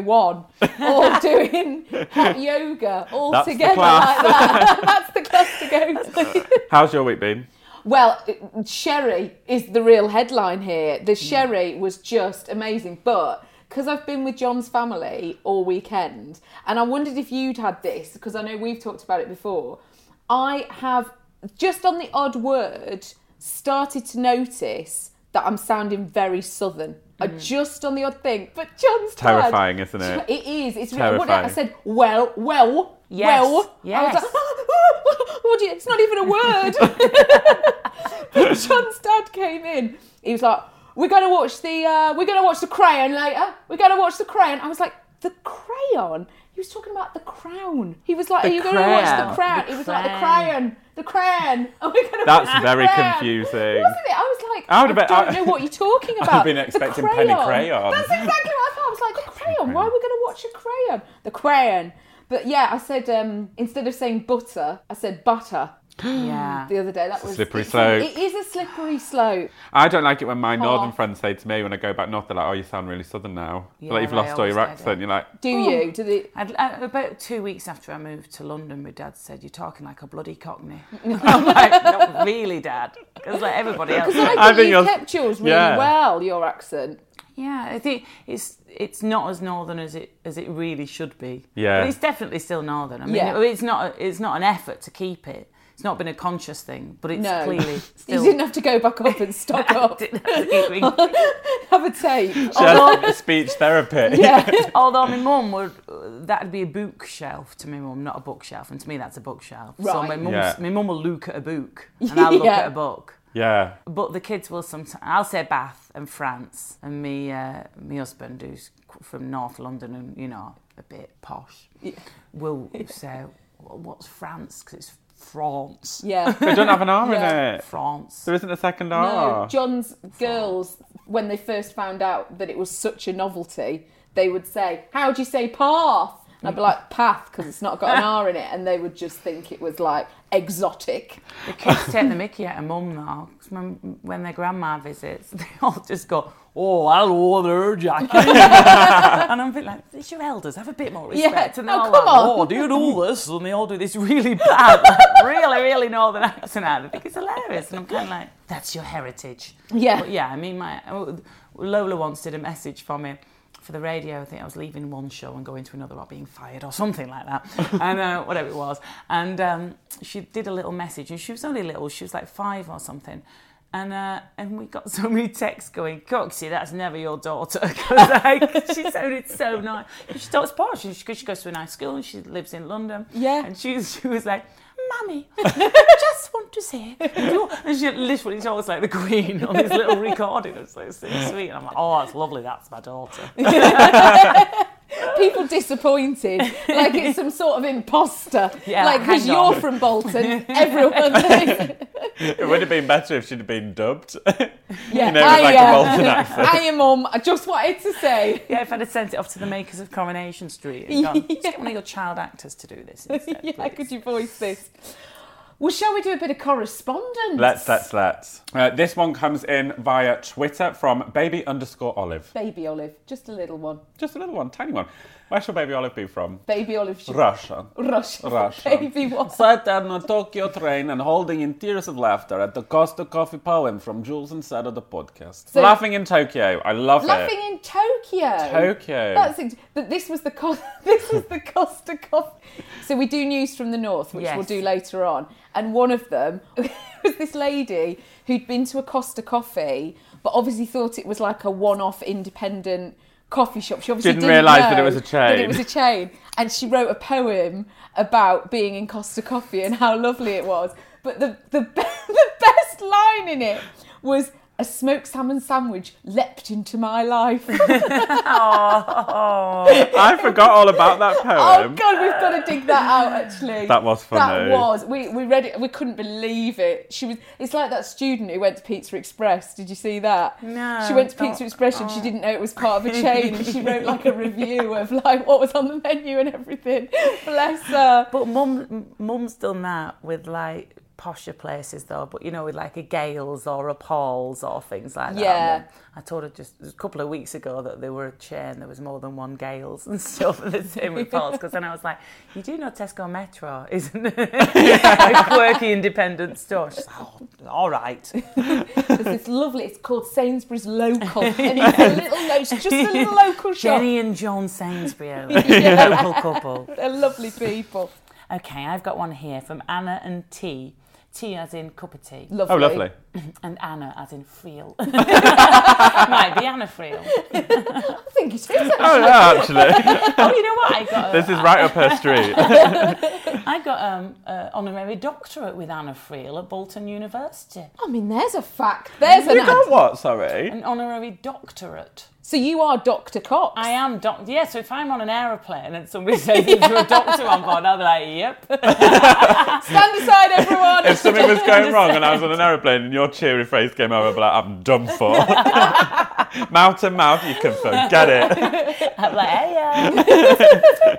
Speaker 4: One all doing hot yoga all
Speaker 3: That's the
Speaker 4: together
Speaker 3: class.
Speaker 4: like that. That's the class to go to.
Speaker 3: How's your week been?
Speaker 4: Well, it- Sherry is the real headline here. The Sherry was just amazing, but because I've been with John's family all weekend, and I wondered if you'd had this because I know we've talked about it before. I have just on the odd word started to notice that I'm sounding very southern. I just on the odd thing, but John's dad-
Speaker 3: Terrifying, isn't it?
Speaker 4: It is. It's really, what did I, I
Speaker 3: Terrifying.
Speaker 4: said, well, well,
Speaker 5: Yes,
Speaker 4: well. I was
Speaker 5: yes.
Speaker 4: like, "Ah, what do you, it's not even a word. But John's dad came in. He was like, we're going to watch the, uh, we're going to watch the Crayon later. We're going to watch the Crayon. I was like, the Crayon. He was talking about the Crown. He was like,
Speaker 5: The
Speaker 4: are you going to watch the
Speaker 5: Crown.
Speaker 4: Crown?
Speaker 5: The
Speaker 4: He was like, the
Speaker 5: Crown.
Speaker 4: Crayon, the Crayon. Are we going to
Speaker 3: That's
Speaker 4: watch the
Speaker 3: very
Speaker 4: Crown?"
Speaker 3: confusing.
Speaker 4: Wasn't it? I was like,
Speaker 3: I
Speaker 4: I,
Speaker 3: would've been-
Speaker 4: don't
Speaker 3: I-
Speaker 4: know what you're talking
Speaker 3: I'd
Speaker 4: about.
Speaker 3: been
Speaker 4: The
Speaker 3: expecting Penny Crayon.
Speaker 4: That's exactly what I thought. I was like, the crayon. Why are we going to watch a crayon? The crayon. But yeah, I said um, instead of saying butter, I said butter
Speaker 3: Mm.
Speaker 5: Yeah.
Speaker 4: the other day. That was
Speaker 3: slippery
Speaker 4: it's a-
Speaker 3: slope.
Speaker 4: It is a slippery slope.
Speaker 3: I don't like it when my northern
Speaker 4: Aw.
Speaker 3: friends say to me when I go back north, they're like, "Oh, you sound really southern now.
Speaker 5: Yeah,
Speaker 3: like you've
Speaker 5: they
Speaker 3: lost all your
Speaker 5: always say
Speaker 3: accent."
Speaker 5: that.
Speaker 3: You're like,
Speaker 4: Do you? Do the
Speaker 5: I'd, I, about two weeks after I moved to London, my dad said, "You're talking like a bloody cockney." I'm like, "Not really, Dad," because like everybody else.
Speaker 3: I
Speaker 4: I
Speaker 3: think
Speaker 4: think you
Speaker 3: you're-
Speaker 4: kept yours really
Speaker 3: yeah.
Speaker 4: well. Your accent.
Speaker 5: Yeah, I think it's it's not as northern as it as it really should be.
Speaker 3: Yeah.
Speaker 5: but it's definitely still northern. I mean,
Speaker 4: Yeah.
Speaker 5: it- it's not it's not an effort to keep it. It's not been a conscious thing, but it's
Speaker 4: No,
Speaker 5: clearly
Speaker 4: you
Speaker 5: still.
Speaker 4: didn't have to go back up and stock up.
Speaker 5: Didn't have to keep it.
Speaker 4: have a tape.
Speaker 3: she has speech therapy.
Speaker 4: Yeah.
Speaker 5: Although my mum would, that'd be a bookshelf to my mum, not a bookshelf, and to me that's a bookshelf. So
Speaker 4: Right.
Speaker 5: my mum,
Speaker 3: Yeah.
Speaker 5: my mum will look at a book, and I'll look
Speaker 4: Yeah.
Speaker 5: at a book.
Speaker 3: yeah.
Speaker 5: But the kids will sometimes. I'll say Bath and France, and me, uh, my husband who's qu- from North London and you know a bit posh, will say, "Well, "What's France? Because it's France,
Speaker 4: Yeah.
Speaker 3: They don't have an R
Speaker 4: Yeah.
Speaker 3: in it.
Speaker 5: France."
Speaker 3: There isn't a second
Speaker 4: No,
Speaker 3: R.
Speaker 4: John's girls, when they first found out that it was such a novelty, they would say, How do you say path? And I'd be like, Path, because it's not got an R in it. And they would just think it was like exotic.
Speaker 5: The kids take the mickey out of mum now. 'cause when, when their grandma visits, they all just go, "Oh, hello there, Jackie," and I'm a bit like, "It's your elders. Have a bit more
Speaker 4: Yeah.
Speaker 5: respect." And they're
Speaker 4: Oh,
Speaker 5: all
Speaker 4: come
Speaker 5: like,
Speaker 4: on.
Speaker 5: "Oh, do you do this?" And they all do this really bad, like, really, really northern accent. out. I think it's hilarious, and I'm kind of like, "That's your heritage."
Speaker 4: Yeah.
Speaker 5: But yeah. I mean, my oh, Lola once did a message for me. For the radio, I think I was leaving one show and going to another or being fired or something like that, and uh, whatever it was. And um, she did a little message, and she was only little; she was like five or something. And uh, and we got so many texts going, Coxie, that's never your daughter. 'Cause, like, she sounded so nice. She talks posh because she goes to a nice school and she lives in London.
Speaker 4: Yeah.
Speaker 5: And she, was- she was like, Mummy, I just want to say, you and she literally talks like the Queen on this little recording. It's like so sweet. And I'm like, oh, that's lovely. That's my daughter.
Speaker 4: People disappointed, like it's some sort of imposter.
Speaker 5: Yeah,
Speaker 4: like, because
Speaker 5: hang
Speaker 4: you're
Speaker 5: on.
Speaker 4: from Bolton, everyone thinks,
Speaker 3: It would have been better if she'd have been dubbed.
Speaker 4: yeah,
Speaker 3: you know,
Speaker 4: I,
Speaker 3: with like
Speaker 4: uh,
Speaker 3: a Bolton accent.
Speaker 4: I am mum, I just wanted to say.
Speaker 5: Yeah, if I'd have sent it off to the makers of Coronation Street and gone, just get one of your child actors to do this instead.
Speaker 4: Yeah,
Speaker 5: please."
Speaker 4: could you voice this? Well, shall we do a bit of correspondence?
Speaker 3: Let's, let's, let's. Uh, this one comes in via Twitter from baby underscore olive.
Speaker 4: Baby Olive, just a little one.
Speaker 3: Just another one, tiny one. Where shall baby olive be from?
Speaker 4: Baby Olive should
Speaker 3: Russia.
Speaker 4: Russia.
Speaker 3: Russia.
Speaker 4: Baby what?
Speaker 3: Sat down on a Tokyo train and holding in tears of laughter at the Costa Coffee poem from Jules and Sarah the podcast.
Speaker 4: So-
Speaker 3: laughing in Tokyo. I love
Speaker 4: Laughing
Speaker 3: it.
Speaker 4: in Tokyo.
Speaker 3: Tokyo.
Speaker 4: That's ex- but this was the co- this was the Costa Coffee. So we do news from the north, which
Speaker 5: Yes.
Speaker 4: we'll do later on. And one of them was this lady who'd been to a Costa Coffee, but obviously thought it was like a one-off independent coffee shop. She obviously
Speaker 3: Didn't
Speaker 4: didn't,
Speaker 3: realise that it
Speaker 4: know
Speaker 3: was a
Speaker 4: That
Speaker 3: chain.
Speaker 4: it was a chain, and she wrote a poem about being in Costa Coffee and how lovely it was. But the the be- the best line in it was. A smoked salmon sandwich leapt into my life.
Speaker 3: I forgot all about that
Speaker 4: Oh
Speaker 3: poem.
Speaker 4: god, we've got to dig that out. Actually,
Speaker 3: That was funny.
Speaker 4: That was. We we read it. We couldn't believe it. She was. It's like that student who went to Pizza Express. Did you see that?
Speaker 5: No,
Speaker 4: She went to
Speaker 5: don't-
Speaker 4: Pizza Express and she didn't know it was part of a chain, and she wrote like a review of like what was on the menu and everything. Bless her.
Speaker 5: But mum, mum's done that with like posher places though, but you know, with like a Gales or a Paul's or things like that.
Speaker 4: Yeah.
Speaker 5: Mum. I told her just a couple of weeks ago that there were a chain, there was more than one Gales and stuff at the same with Paul's, because then I was like, you do know Tesco Metro isn't a quirky independent store. She's like, oh, all right.
Speaker 4: There's this lovely. It's called Sainsbury's Local, and it's a little, lo- it's just a little local shop.
Speaker 5: Jenny and John Sainsbury are
Speaker 4: Yeah.
Speaker 5: a local couple.
Speaker 4: They're lovely people.
Speaker 5: Okay, I've got one here from Anna and T. Tea as in cup of tea.
Speaker 4: Lovely.
Speaker 3: Oh, lovely.
Speaker 5: And Anna as in friel. Might be Anna friel.
Speaker 4: I think it is.
Speaker 3: Oh, yeah, actually.
Speaker 5: Oh, you know what? I got a-
Speaker 3: This is right up her street.
Speaker 5: I got um, an honorary doctorate with Anna Friel at Bolton University.
Speaker 4: I mean, there's a fact. There's an
Speaker 3: you got
Speaker 4: ad.
Speaker 3: what, sorry?
Speaker 5: An honorary doctorate.
Speaker 4: So you are Dr. Cox.
Speaker 5: I am doctor. Yeah, so if I'm on an aeroplane and somebody says there's a doctor on board, I'll be like, yep.
Speaker 4: Stand aside, everyone.
Speaker 3: If something was going wrong and I was on an aeroplane and your cheery phrase came over, I'd be like, I'm done for. mouth to mouth, you can forget it.
Speaker 5: I'm like, hey, yeah.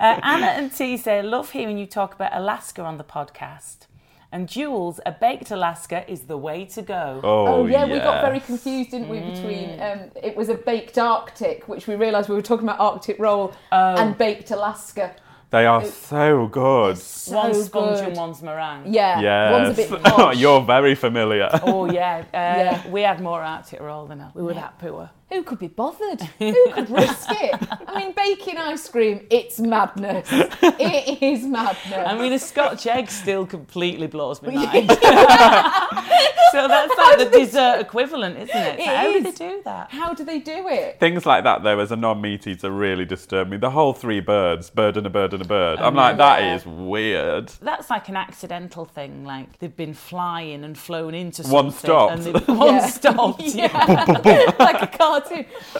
Speaker 5: uh, Anna and T say, love hearing you talk about Alaska on the podcast. And Jules, a baked Alaska is the way to go.
Speaker 3: Oh,
Speaker 4: Oh yeah, we got very confused, didn't we? Between um, it was a baked Arctic, which we realised we were talking about Arctic roll,
Speaker 3: Oh.
Speaker 4: and baked Alaska.
Speaker 3: They are so good.
Speaker 4: So
Speaker 5: One's sponge
Speaker 4: good.
Speaker 5: and one's meringue.
Speaker 4: Yeah, one's a
Speaker 3: Yes.
Speaker 4: bit posh.
Speaker 3: You're very familiar.
Speaker 5: Oh, yeah. Uh,
Speaker 4: Yeah.
Speaker 5: We had more Arctic roll than her. We were that poor.
Speaker 4: Who could be bothered? Who could risk it? I mean, baking ice cream, it's madness. It is madness.
Speaker 5: I mean, a Scotch egg still completely blows my mind. so that's like the dessert equivalent, isn't it? It's
Speaker 4: It
Speaker 5: like, How did
Speaker 4: is.
Speaker 5: they do that?
Speaker 4: how do they do it?
Speaker 3: Things like that, though, as a non meat eater, really disturb me. The whole three birds bird and a bird and a bird. I'm like, that
Speaker 5: yeah.
Speaker 3: is weird.
Speaker 5: That's like an accidental thing. Like they've been flying and flown into something.
Speaker 3: One
Speaker 5: And
Speaker 3: stopped.
Speaker 5: they've- one
Speaker 4: Yeah.
Speaker 5: stopped. Yeah.
Speaker 4: like a cartoon.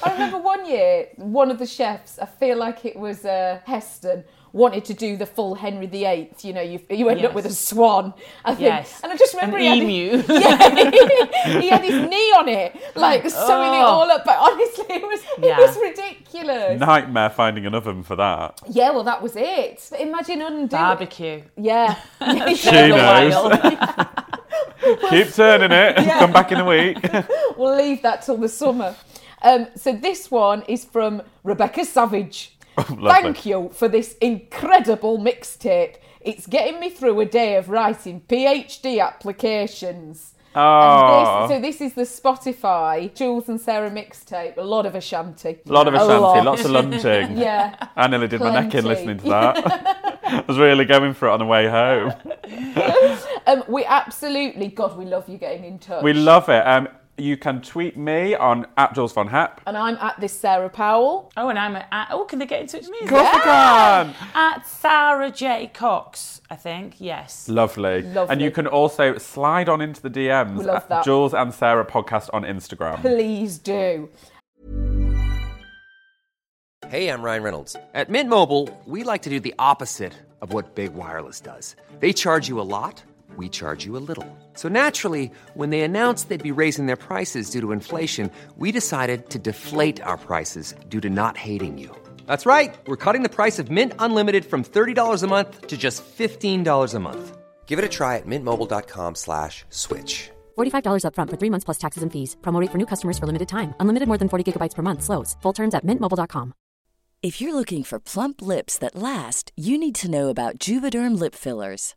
Speaker 4: I remember one year, one of the chefs, I feel like it was uh, Heston, wanted to do the full Henry VIII. You know, you, you end up
Speaker 5: Yes.
Speaker 4: with a swan, I think.
Speaker 5: Yes.
Speaker 4: And I just remember
Speaker 5: An
Speaker 4: he,
Speaker 5: emu.
Speaker 4: Had his, yeah, he had his knee on it, like sewing it
Speaker 5: Oh.
Speaker 4: all up. But honestly, it was,
Speaker 5: Yeah.
Speaker 4: it was ridiculous.
Speaker 3: Nightmare finding an oven for that.
Speaker 4: Yeah, well, that was it. But imagine undoing.
Speaker 5: Barbecue.
Speaker 4: Yeah.
Speaker 3: She knows. Keep turning it. Come back in a week.
Speaker 4: We'll leave that till the summer. Um, so this one is from Rebecca Savage.
Speaker 3: Oh, lovely.
Speaker 4: Thank you for this incredible mixtape. It's getting me through a day of writing PhD applications.
Speaker 3: Oh.
Speaker 4: And this, so this is the Spotify Jules and Sarah mixtape. A lot of Ashanti.
Speaker 3: A lot of Ashanti,
Speaker 4: lot.
Speaker 3: lots of lunching.
Speaker 4: Yeah.
Speaker 3: I nearly did my neck in
Speaker 4: Plenty.
Speaker 3: listening to that. I was really going for it on the way home.
Speaker 4: Um, we absolutely, God, we love you getting in touch.
Speaker 3: We love it. Um, you can tweet me on at Jules Von Happ.
Speaker 4: and I'm at this Sarah Powell.
Speaker 5: Oh, and I'm at. Oh, can they get in touch with me?
Speaker 3: Of course you can.
Speaker 5: At Sarah J. Cox, I think. Yes.
Speaker 3: Lovely. And
Speaker 4: Lovely.
Speaker 3: you can also slide on into the DMs
Speaker 4: We love
Speaker 3: at
Speaker 4: that.
Speaker 3: Jules and Sarah podcast on Instagram.
Speaker 4: Please do.
Speaker 1: Hey, I'm Ryan Reynolds. At Mint Mobile, we like to do the opposite of what Big Wireless does. They charge you a lot, we charge you a little. So naturally, when they announced they'd be raising their prices due to inflation, we decided to deflate our prices due to not hating you. That's right. We're cutting the price of Mint Unlimited from $30 a month to just $15 a month.
Speaker 6: Give it a try at mintmobile.com slash switch.
Speaker 2: $45 upfront for three months plus taxes and fees. Promo rate for new customers for limited time. Unlimited more than 40 gigabytes per month. Slows. Full terms at mintmobile.com.
Speaker 7: If you're looking for plump lips that last, you need to know about Juvederm lip fillers.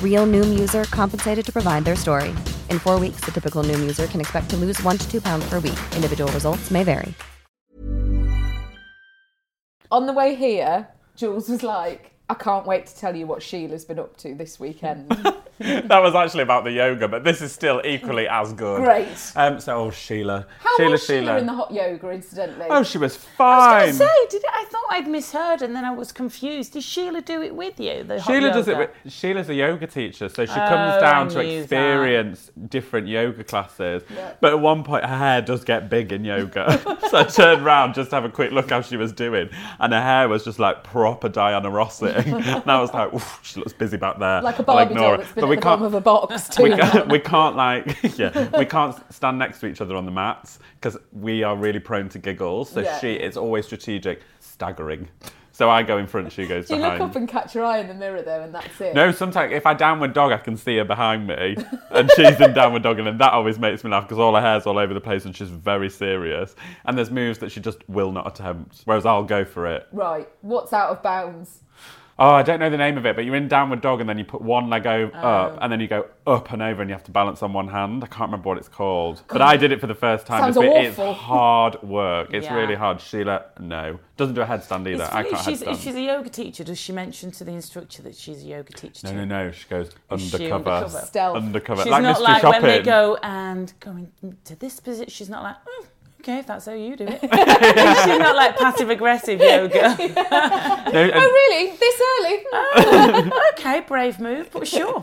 Speaker 8: Real Noom user compensated to provide their story. In four weeks, the typical Noom user can expect to lose one to two pounds per week. Individual results may vary.
Speaker 4: On the way here, Jules was like, I can't wait to tell you what Sheila's been up to this weekend.
Speaker 3: that was actually about the yoga, but this is still equally as good.
Speaker 4: Great.
Speaker 3: Um, so, oh, Sheila.
Speaker 4: How
Speaker 3: Sheila,
Speaker 4: was Sheila
Speaker 3: Sheila.
Speaker 4: in the hot yoga, incidentally?
Speaker 3: Oh, she was
Speaker 5: I
Speaker 3: fine.
Speaker 5: was going to say, did I, I thought I'd misheard, and then I was confused. Did Sheila do it with you? The hot
Speaker 3: Sheila does it.
Speaker 5: yoga?
Speaker 3: With, Sheila's a yoga teacher, so she
Speaker 5: Oh,
Speaker 3: comes down
Speaker 5: I
Speaker 3: to
Speaker 5: knew that.
Speaker 3: experience different yoga classes. But at one point, her hair does get big in yoga, so I turned round just to have a quick look how she was doing, and her hair was just like proper Diana Rossing, and I was like, "Oof, she looks busy back there.
Speaker 4: Like a
Speaker 3: I'll
Speaker 4: Barbie
Speaker 3: ignore
Speaker 4: doll
Speaker 3: her."
Speaker 4: that's been
Speaker 3: But
Speaker 4: at
Speaker 3: we
Speaker 4: the
Speaker 3: can't-
Speaker 4: bottom of a box too
Speaker 3: we
Speaker 4: long.
Speaker 3: can't, we can't like yeah we can't stand next to each other on the mats because we are really prone to giggles so
Speaker 4: Yeah.
Speaker 3: she is always strategic staggering so i go in front she goes
Speaker 4: Do you
Speaker 3: behind
Speaker 4: look up and catch your eye in the mirror though, and that's it?
Speaker 3: no sometimes if i downward dog i can see her behind me and she's in downward dog and that always makes me laugh because all her hair's all over the place and she's very serious and there's moves that she just will not attempt whereas i'll go for it
Speaker 4: Right. What's out of bounds?
Speaker 3: Oh, I don't know the name of it, but you're in downward dog and then you put one leg o-
Speaker 5: Oh.
Speaker 3: up and then you go up and over and you have to balance on one hand. I can't remember what it's called. But I did it for the first time.
Speaker 4: Sounds
Speaker 3: It's been- it's
Speaker 4: awful.
Speaker 3: hard work. It's
Speaker 5: Yeah.
Speaker 3: really hard. Sheila, no. Doesn't do a headstand either.
Speaker 5: It's
Speaker 3: I
Speaker 5: funny,
Speaker 3: can't
Speaker 5: if she's,
Speaker 3: headstand.
Speaker 5: if she's a yoga teacher, does she mention to the instructor that she's a yoga teacher?
Speaker 3: no,
Speaker 5: too?
Speaker 3: no, no. She goes
Speaker 5: Is she
Speaker 3: undercover.
Speaker 5: undercover?
Speaker 4: Stealth.
Speaker 3: Undercover.
Speaker 5: She's
Speaker 3: like
Speaker 5: not
Speaker 3: Mystery
Speaker 5: like
Speaker 3: Shopping.
Speaker 5: when they go and going to this position. She's not like, "Mm, okay, if that's how you do it. she's not like passive aggressive yoga.
Speaker 3: No, and-
Speaker 4: Oh, really? This early?
Speaker 3: Ah.
Speaker 5: okay, brave move, but sure.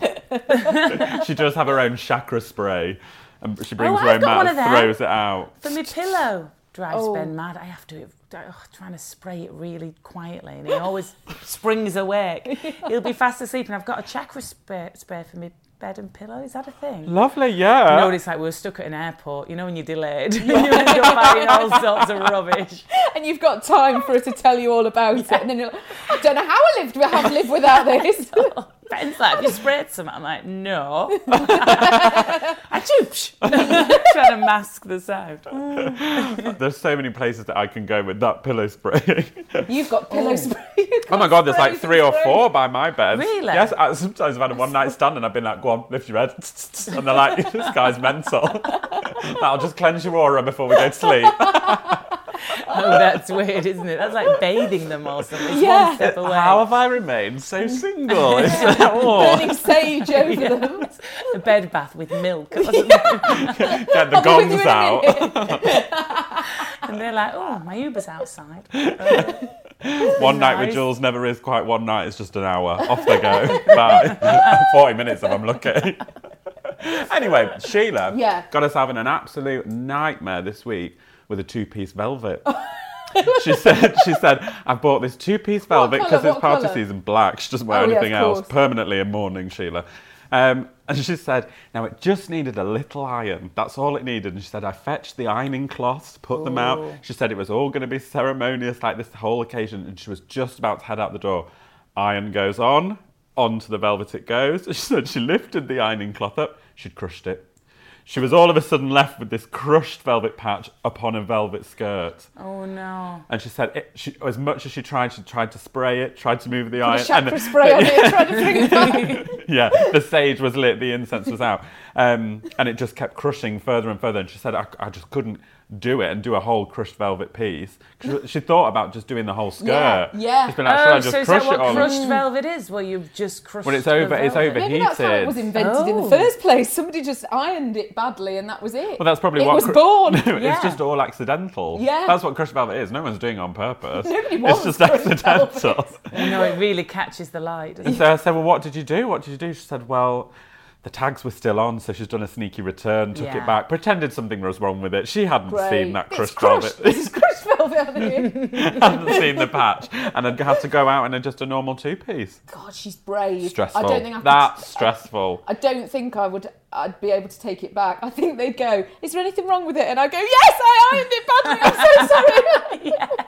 Speaker 3: she does have her own chakra spray. And she brings
Speaker 5: Oh,
Speaker 3: her
Speaker 5: I've
Speaker 3: own
Speaker 5: got
Speaker 3: mat
Speaker 5: one
Speaker 3: and
Speaker 5: of them.
Speaker 3: throws it out.
Speaker 5: For my pillow drives
Speaker 4: Oh.
Speaker 5: Ben mad. I have to oh, trying to spray it really quietly, and he always springs awake. He'll be fast asleep, and I've got a chakra spray, spray for my bed and pillow. Is that a thing?
Speaker 3: Lovely, yeah.
Speaker 5: You know what it's like? We were stuck at an airport. You know when you're delayed, you end up buying all sorts of rubbish.
Speaker 4: and you've got time for her to tell you all about it. And then you're like, I don't know how I lived. I have lived without this.
Speaker 5: Ben's like, "Have you sprayed some?" I'm like, "No." I choopsh. trying to mask the sound.
Speaker 3: There's so many places that I can go with that pillow spray.
Speaker 4: You've got pillow spray. You've
Speaker 3: Oh
Speaker 4: got
Speaker 3: my god, there's like
Speaker 4: sprays
Speaker 3: three or
Speaker 4: and sprays.
Speaker 3: four by my bed.
Speaker 5: Really?
Speaker 3: Yes, I, sometimes I've had a one night stand and I've been like, go on, lift your head. And they're like, this guy's mental. That'll just cleanse your aura before we go to sleep.
Speaker 5: Oh, that's weird, isn't it? That's like bathing them or something. It's
Speaker 4: Yeah.
Speaker 5: one step away.
Speaker 3: How have I remained so single? It's- oh,
Speaker 4: Burning sage over them.
Speaker 5: Yes. a bed bath with milk, or something.
Speaker 3: get the
Speaker 4: I'll be with
Speaker 3: gongs
Speaker 4: you in a
Speaker 3: out.
Speaker 4: minute.
Speaker 5: and they're like, "Oh, my Uber's outside."
Speaker 3: One night with
Speaker 5: Nice.
Speaker 3: Jules never is quite one night, it's just an hour. Off they go. Bye. 40 minutes if I'm lucky. anyway, Sheila
Speaker 4: Yeah.
Speaker 3: got us having an absolute nightmare this week with a two piece velvet. she said, she said, I've bought this two piece velvet
Speaker 4: colour,
Speaker 3: because it's
Speaker 4: what
Speaker 3: party
Speaker 4: colour?
Speaker 3: season black. She doesn't wear
Speaker 4: Oh, yeah,
Speaker 3: anything
Speaker 4: of
Speaker 3: else
Speaker 4: course.
Speaker 3: permanently in mourning, Sheila. Um, and she said, now it just needed a little iron. That's all it needed. And she said, I fetched the ironing cloths, put them out. She said it was all going to be ceremonious, like this whole occasion. And she was just about to head out the door. Iron goes on, onto the velvet it goes. She said she lifted the ironing cloth up, she'd crushed it. She was all of a sudden left with this crushed velvet patch upon a velvet skirt.
Speaker 5: Oh no.
Speaker 3: And she said, it, she, as much as she tried, she tried to spray it, tried to move the iron.
Speaker 4: A chakra
Speaker 3: and-
Speaker 4: spray on it, trying to bring it back.
Speaker 3: yeah, the sage was lit, the incense was out. Um, and it just kept crushing further and further. And she said, I, I just couldn't do it and do a whole crushed velvet piece. 'Cause She thought about just doing the whole skirt.
Speaker 4: yeah.
Speaker 3: She's been like, "Shall
Speaker 5: oh,
Speaker 3: I just
Speaker 5: so is
Speaker 3: crush
Speaker 5: that
Speaker 3: it
Speaker 5: what
Speaker 3: all?
Speaker 5: crushed velvet is? Well, you've just crushed.
Speaker 3: Well, it's
Speaker 5: the
Speaker 3: over, it's
Speaker 5: velvet.
Speaker 3: overheated.
Speaker 4: Maybe that's how it was invented in the
Speaker 5: Oh.
Speaker 4: first place. Somebody just ironed it badly, and that was it.
Speaker 3: Well, that's probably
Speaker 4: it
Speaker 3: what
Speaker 4: was
Speaker 3: cru-
Speaker 4: born.
Speaker 3: No,
Speaker 5: Yeah.
Speaker 3: it's just all accidental.
Speaker 4: Yeah.
Speaker 3: that's what crushed velvet is. No one's doing it on purpose.
Speaker 4: Nobody
Speaker 3: It's
Speaker 4: wants
Speaker 3: just
Speaker 4: crushed
Speaker 3: accidental.
Speaker 5: No, it really catches the light. doesn't
Speaker 3: And
Speaker 5: it?
Speaker 3: so I said, Well, what did you do? What did you do? She said, Well, the tags were still on, so she's done a sneaky return, took
Speaker 5: Yeah.
Speaker 3: it back, pretended something was wrong with it. She hadn't seen
Speaker 4: Great.
Speaker 3: that
Speaker 4: It's
Speaker 3: crushed,
Speaker 4: crushed.
Speaker 3: velvet,
Speaker 4: This is crushed velvet on here.
Speaker 3: hadn't seen the patch, and I'd have to go out in a, just a normal two piece.
Speaker 4: God, she's brave.
Speaker 3: Stressful.
Speaker 4: I don't think I could-
Speaker 3: That's stressful.
Speaker 4: I don't think I would. I'd be able to take it back. I think they'd go, "Is there anything wrong with it?" And I go, "Yes, I ironed it badly. I'm so sorry."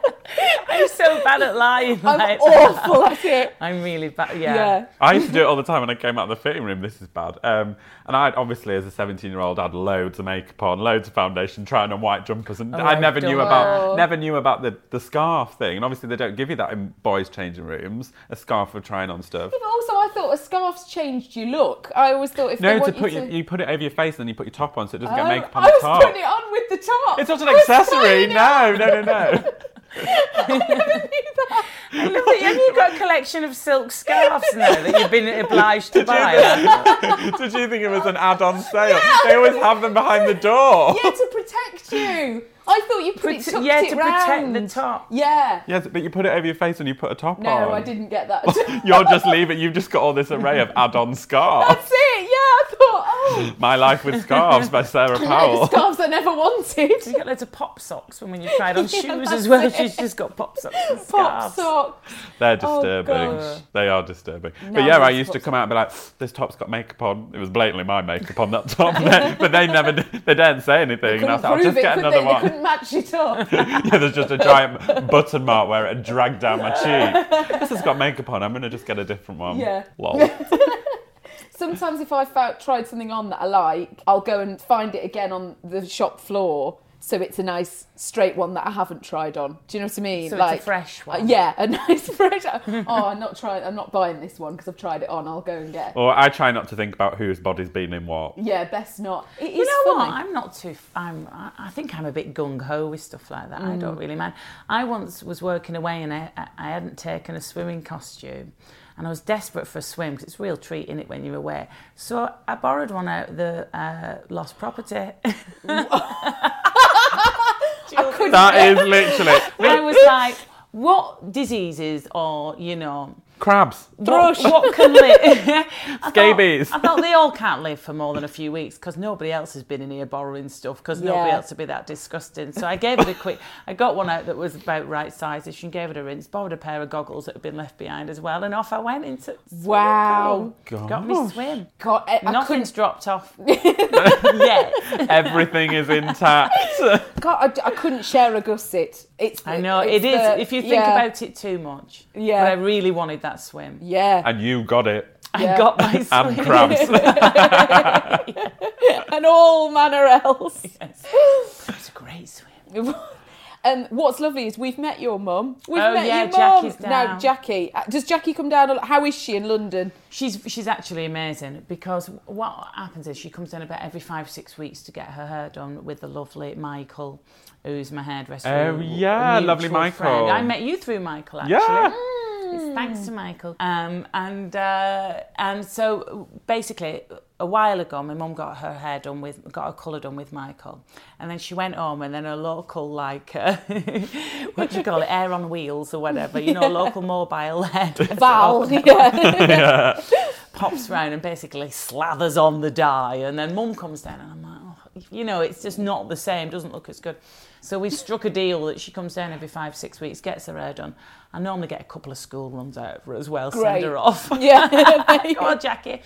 Speaker 5: I'm so bad at lying.
Speaker 4: I'm
Speaker 5: like that.
Speaker 4: awful at it.
Speaker 5: I'm really bad.
Speaker 4: Yeah.
Speaker 5: Yeah.
Speaker 3: I used to do it all the time when I came out of the fitting room. This is bad. Um, and I obviously, as a 17 year old, had loads of makeup on, loads of foundation, trying on white jumpers, and
Speaker 5: Oh,
Speaker 3: I
Speaker 5: I
Speaker 3: never
Speaker 5: don't
Speaker 3: knew
Speaker 5: know.
Speaker 3: about never knew about the, the scarf thing. And obviously, they don't give you that in boys' changing rooms, a scarf for trying on stuff.
Speaker 4: But also, I thought a scarf's changed your look. I always thought if they
Speaker 3: No, to
Speaker 4: want
Speaker 3: put
Speaker 4: you
Speaker 3: you,
Speaker 4: to.
Speaker 3: you put it over your face, and then you put your top on, so it doesn't
Speaker 4: Oh,
Speaker 3: get makeup on
Speaker 4: I
Speaker 3: the
Speaker 4: was
Speaker 3: top.
Speaker 4: putting it on with the top.
Speaker 3: It's not an
Speaker 4: I was
Speaker 3: accessory.
Speaker 4: putting it on.
Speaker 3: No, no, no, no.
Speaker 5: And look at- Have you got a collection of silk scarves now that you've been obliged to buy?
Speaker 3: Did you think it was an add-on sale? They always have them behind the door.
Speaker 4: Yeah, to protect you. I thought you put it
Speaker 5: Prote-
Speaker 4: tucked
Speaker 5: yeah,
Speaker 4: it
Speaker 5: to
Speaker 4: round.
Speaker 5: protect the top.
Speaker 4: Yeah.
Speaker 3: Yes, but you put it over your face when you put a top
Speaker 4: No,
Speaker 3: on.
Speaker 4: I didn't get that.
Speaker 3: You're just leaving. You've just got all this array of add-on
Speaker 4: That's
Speaker 3: scarves.
Speaker 4: it. Yeah, I thought, oh,
Speaker 3: My Life with Scarves by Sarah
Speaker 4: no,
Speaker 3: Powell.
Speaker 4: scarves I never wanted.
Speaker 5: You got loads of pop socks from when you tried on
Speaker 4: Yeah,
Speaker 5: shoes
Speaker 4: that's
Speaker 5: as well.
Speaker 4: it.
Speaker 5: She's just got pop socks and
Speaker 4: Pop
Speaker 5: scarves.
Speaker 4: socks.
Speaker 3: They're
Speaker 4: Oh,
Speaker 3: disturbing.
Speaker 4: gosh.
Speaker 3: they are disturbing.
Speaker 4: No,
Speaker 3: but yeah, I
Speaker 4: those
Speaker 3: used to
Speaker 4: tops-
Speaker 3: come out and be like, "This top's got makeup on." It was blatantly my makeup on that top, but they never, they didn't say anything. and I
Speaker 4: Couldn't
Speaker 3: thought, "I'll
Speaker 4: prove
Speaker 3: just
Speaker 4: it,
Speaker 3: get
Speaker 4: could
Speaker 3: another
Speaker 4: they? They
Speaker 3: one."
Speaker 4: couldn't match it up.
Speaker 3: yeah, there's just a giant button mark where it had dragged down my cheek. This has got makeup on. I'm gonna just get a different one.
Speaker 4: Yeah.
Speaker 3: Lol.
Speaker 4: Sometimes if I've fou- tried something on that I like, I'll go and find it again on the shop floor. So it's a nice straight one that I haven't tried on. Do you know what I mean?
Speaker 5: So it's a fresh one.
Speaker 4: Uh, yeah, a nice fresh. oh, I'm not trying. I'm not buying this one because I've tried it on. I'll go and get. it.
Speaker 3: or I try not to think about whose body's been in what.
Speaker 4: Yeah, best not. It is
Speaker 5: You know
Speaker 4: funny.
Speaker 5: what? I'm not too. I'm. I I think I'm a bit gung ho with stuff like that. I don't really mind. I once was working away and I, I- I hadn't taken a swimming costume, and I was desperate for a swim because it's a real treat in it when you're away. So I borrowed one out of the uh, lost property.
Speaker 3: That is literally
Speaker 5: I was like, what diseases or you know
Speaker 3: crabs.
Speaker 5: Thrush. What, what can live?
Speaker 3: Scabies.
Speaker 5: I thought they all can't live for more than a few weeks because nobody else has been in here borrowing stuff because nobody
Speaker 4: Yeah.
Speaker 5: else would be that disgusting. So I gave it a quick. I got one out that was about right size-ish and gave it a rinse. Borrowed a pair of goggles that had been left behind as well, and off I went into. swimming
Speaker 4: Wow.
Speaker 5: pool. Got me swim.
Speaker 4: God, I, I couldn't.
Speaker 5: Nothing's dropped off yet.
Speaker 3: Everything is intact.
Speaker 4: God, I, I couldn't share a gusset. It's.
Speaker 5: I know
Speaker 4: it's
Speaker 5: it is.
Speaker 4: the-
Speaker 5: if you think
Speaker 4: yeah,
Speaker 5: about it too much,
Speaker 4: Yeah.
Speaker 5: But I really wanted that swim.
Speaker 4: Yeah.
Speaker 3: and you got it.
Speaker 4: Yeah.
Speaker 5: I got my swim.
Speaker 3: And crabs.
Speaker 4: and all manner else.
Speaker 5: It was a great swim.
Speaker 4: Um, what's lovely is we've met your mum. We've
Speaker 5: Oh,
Speaker 4: met
Speaker 5: yeah,
Speaker 4: your mum.
Speaker 5: Jackie's
Speaker 4: Now,
Speaker 5: down.
Speaker 4: Jackie, uh, does Jackie come down? a lot? How is she in London?
Speaker 5: She's she's actually amazing because what happens is she comes in about every five six weeks to get her hair done with the lovely Michael, who's my hairdresser.
Speaker 3: Oh,
Speaker 5: who-
Speaker 3: yeah,
Speaker 5: a
Speaker 3: lovely
Speaker 5: mutual
Speaker 3: Michael.
Speaker 5: I met you through Michael actually.
Speaker 3: Yeah. Mm.
Speaker 5: It's thanks to Michael. Um, and uh, and so basically, a while ago, my mum got her hair done with, got her colour done with Michael, and then she went home, and then her local like, uh, what do you call it, air on wheels or whatever, you know, local mobile hairdresser
Speaker 4: Val, yeah.
Speaker 5: pops round and basically slathers on the dye, and then mum comes down, and I'm like, oh, you know, it's just not the same, doesn't look as good. So we struck a deal that she comes down every five, six weeks, gets her hair done. I normally get a couple of school runs out of her as well,
Speaker 4: Great.
Speaker 5: send her off.
Speaker 4: Yeah.
Speaker 5: Come on, Jackie.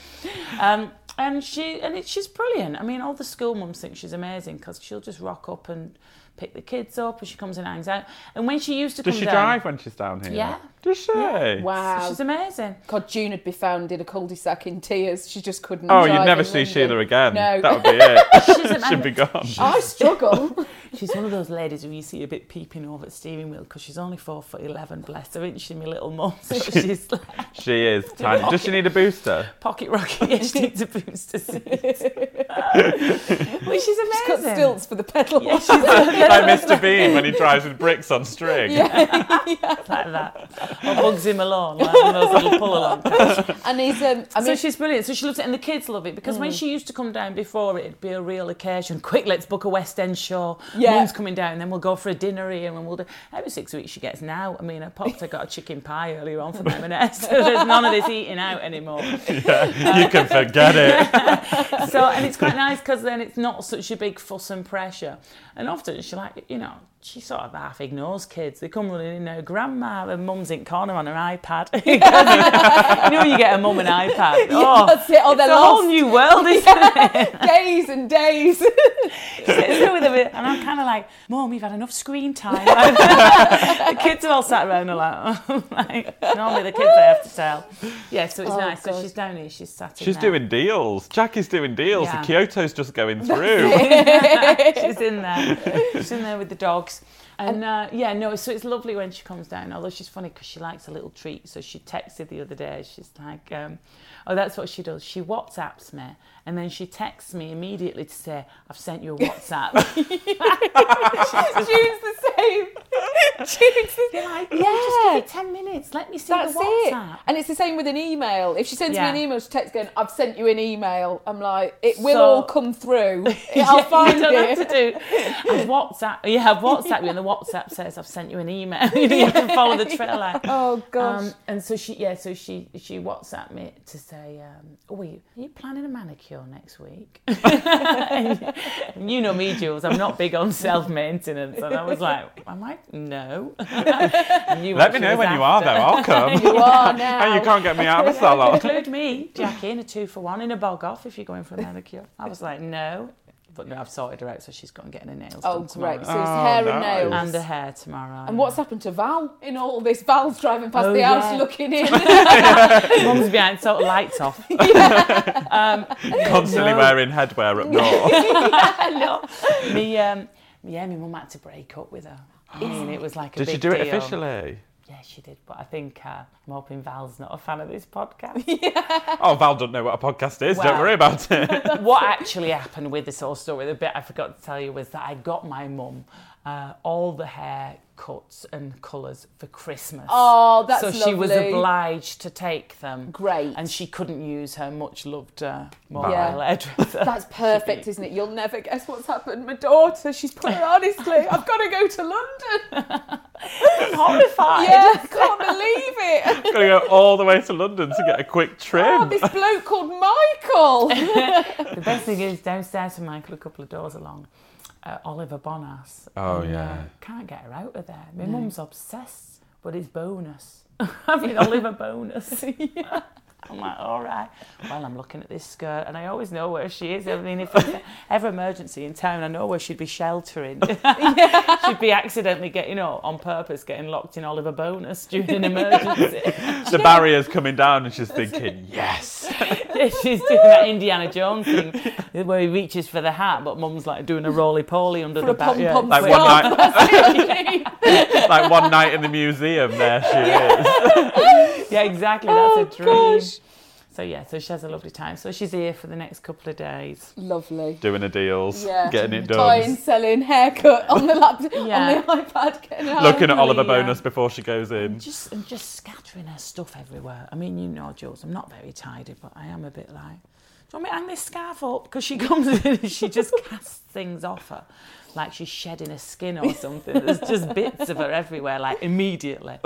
Speaker 5: Um, and she and it, she's brilliant. I mean, all the school mums think she's amazing because she'll just rock up and pick the kids up, and she comes and hangs out. And when she used to
Speaker 3: Does
Speaker 5: come
Speaker 3: she
Speaker 5: down,
Speaker 3: drive when she's down here?
Speaker 5: uh, Yeah.
Speaker 3: Does she?
Speaker 4: wow.
Speaker 5: She's amazing.
Speaker 4: God, June would be found in a cul-de-sac in tears. She just couldn't.
Speaker 3: Oh,
Speaker 4: drive
Speaker 3: you'd never
Speaker 4: in
Speaker 3: see
Speaker 4: London.
Speaker 3: Sheila again.
Speaker 4: No,
Speaker 3: That would be it.
Speaker 5: She's
Speaker 3: She'd
Speaker 5: amazing.
Speaker 3: be gone.
Speaker 4: I struggle.
Speaker 5: She's one of those ladies who you see a bit peeping over at the steering wheel because she's only four foot eleven. Bless her, isn't she, my little mum? So she's like
Speaker 3: She is tiny. Does she need a booster?
Speaker 5: pocket rocket. Yeah, she needs a booster seat. well, she's amazing.
Speaker 4: Cut stilts for the pedal.
Speaker 5: Yeah, she's like
Speaker 3: Like Mr. Bean when he drives with bricks on string.
Speaker 5: that. Or bugs him along, like one of those little pull along.
Speaker 4: And he's. Um, I mean, Mm.
Speaker 5: so she's brilliant. So she loves it, and the kids love it because when she used to come down before, it'd be a real occasion. Quick, let's book a West End show.
Speaker 4: Yeah.
Speaker 5: Mum's coming down, then we'll go for a dinner here, and we'll do every six weeks she gets now. I mean, I popped, I got a chicken pie earlier on from M&S. So there's none of this eating out anymore.
Speaker 3: You can forget it.
Speaker 5: So and it's quite nice because then it's not such a big fuss and pressure. And often she like you know she sort of half ignores kids. They come running in, her grandma, her mum's in corner on her iPad. you know, when you get a mum an iPad.
Speaker 4: Yeah,
Speaker 5: oh,
Speaker 4: that's it. Oh, they're
Speaker 5: it's a whole
Speaker 4: lost.
Speaker 5: new world, isn't it?
Speaker 4: days and days.
Speaker 5: Sits there with her, and I'm kind of like, Mum, you've had enough screen time. the kids are all sat around her like, oh, like, normally the kids I have to tell. Yeah, so it's
Speaker 4: Oh,
Speaker 5: nice. So
Speaker 4: God.
Speaker 5: she's down here, she's sat in
Speaker 3: She's
Speaker 5: there.
Speaker 3: doing deals. Jackie's doing deals.
Speaker 5: Yeah.
Speaker 3: The Kyoto's just going through.
Speaker 5: She's in there. She's in there with the dogs. And uh, yeah, no, so it's lovely when she comes down. Although she's funny because she likes a little treat. So she texted the other day. She's like, um, "Oh, that's what she does. She WhatsApps me, and then she texts me immediately to say I've sent you a WhatsApp."
Speaker 4: June's the same. June's the
Speaker 5: You're like,
Speaker 4: Yeah.
Speaker 5: "Oh, just give me ten minutes. Let me see
Speaker 4: That's
Speaker 5: the
Speaker 4: it.
Speaker 5: WhatsApp.
Speaker 4: And it's the same with an email. If she sends
Speaker 5: Yeah.
Speaker 4: me an email, she texts going, I've sent you an email. I'm like, it will
Speaker 5: So-
Speaker 4: all come through. I'll find
Speaker 5: you don't
Speaker 4: it.
Speaker 5: have to do. I've WhatsApp. Yeah, I've WhatsApp you, and the WhatsApp says I've sent you an email. you know, you have to follow the trail line.
Speaker 4: Oh, gosh.
Speaker 5: and so she, yeah, so she she WhatsApp me to say, um, "Oh, are you, are you planning a manicure next week?" and you know me, Jules. I'm not big on self maintenance, and I was like, "Am I? No." And you
Speaker 3: Let me
Speaker 5: actually
Speaker 3: know
Speaker 5: was
Speaker 3: when you are, though.
Speaker 5: after.
Speaker 3: I'll come.
Speaker 4: You are now.
Speaker 3: and you can't get me out of the salon.
Speaker 5: Include me, Jackie, in a two for one, in a bog off if you're going for a manicure. I was like, no. But no, I've sorted her out, so she's gone getting her nails
Speaker 4: Oh,
Speaker 5: done tomorrow.
Speaker 4: great. So it's hair and
Speaker 3: nice.
Speaker 4: nails.
Speaker 5: and her hair tomorrow.
Speaker 4: And what's happened to Val in all this? Val's driving past
Speaker 5: Oh,
Speaker 4: the house
Speaker 5: yeah.
Speaker 4: looking in.
Speaker 5: Mum's behind, sort of lights off.
Speaker 3: Constantly
Speaker 5: No.
Speaker 3: wearing headwear up north.
Speaker 5: no. Me, um, yeah, my mum had to break up with her. I mean, it was like a
Speaker 3: Oh. Did
Speaker 5: big
Speaker 3: she do it
Speaker 5: deal.
Speaker 3: officially?
Speaker 5: Yeah, she did. But I think uh, I'm hoping Val's not a fan of this podcast.
Speaker 3: Oh, Val doesn't know what a podcast is. Don't
Speaker 5: Well.
Speaker 3: worry about it.
Speaker 5: what actually happened with this whole story, the bit I forgot to tell you was that I got my mum uh, all the hair cuts and colours for Christmas.
Speaker 4: Oh, that's
Speaker 5: so she was
Speaker 4: lovely.
Speaker 5: obliged to take them.
Speaker 4: Great.
Speaker 5: and she couldn't use her much loved uh, mobile
Speaker 4: Yeah.
Speaker 5: hairdresser.
Speaker 4: That's perfect, isn't it? You'll never guess what's happened. My daughter, she's put her honestly, I've got to go to London.
Speaker 5: horrified.
Speaker 4: Yeah, I can't believe it.
Speaker 3: Gotta go all the way to London to get a quick trim.
Speaker 4: Oh, this bloke called Michael.
Speaker 5: The best thing is downstairs from Michael, a couple of doors along, uh, Oliver Bonas.
Speaker 3: Oh,
Speaker 5: And, uh,
Speaker 3: yeah.
Speaker 5: can't get her out of there. My mum's obsessed with his bonus. I mean, Oliver Bonus. I'm like, all right. Well, I'm looking at this skirt, and I always know where she is. I mean, if there's ever emergency in town, I know where she'd be sheltering. she'd be accidentally getting, you know, on purpose, getting locked in Oliver Bonus during an emergency.
Speaker 3: the barrier's coming down, and she's thinking, yes.
Speaker 5: Yeah, she's doing that Indiana Jones thing where he reaches for the hat, but mum's like doing a roly poly under
Speaker 4: For
Speaker 5: the
Speaker 4: a
Speaker 5: back. yeah.
Speaker 4: pom-pom
Speaker 3: Like
Speaker 4: Wait.
Speaker 3: one night, like one night in the museum. There she is.
Speaker 5: yeah, exactly. That's
Speaker 4: Oh,
Speaker 5: a dream.
Speaker 4: gosh.
Speaker 5: So yeah, so she has a lovely time. So she's here for the next couple of days.
Speaker 4: Lovely.
Speaker 3: Doing her deals,
Speaker 4: Yeah.
Speaker 3: getting it
Speaker 4: Buying,
Speaker 3: done.
Speaker 4: selling, haircut on the laptop,
Speaker 5: Yeah.
Speaker 4: on the iPad, getting out.
Speaker 3: Looking at
Speaker 5: Hopefully,
Speaker 3: Oliver
Speaker 5: yeah.
Speaker 3: Bonus before she goes in.
Speaker 5: Just and just scattering her stuff everywhere. I mean, you know, Jules, I'm not very tidy, but I am a bit like, do you want me to hang this scarf up? Because she comes in and she just casts things off her, like she's shedding a skin or something. There's just bits of her everywhere, like immediately.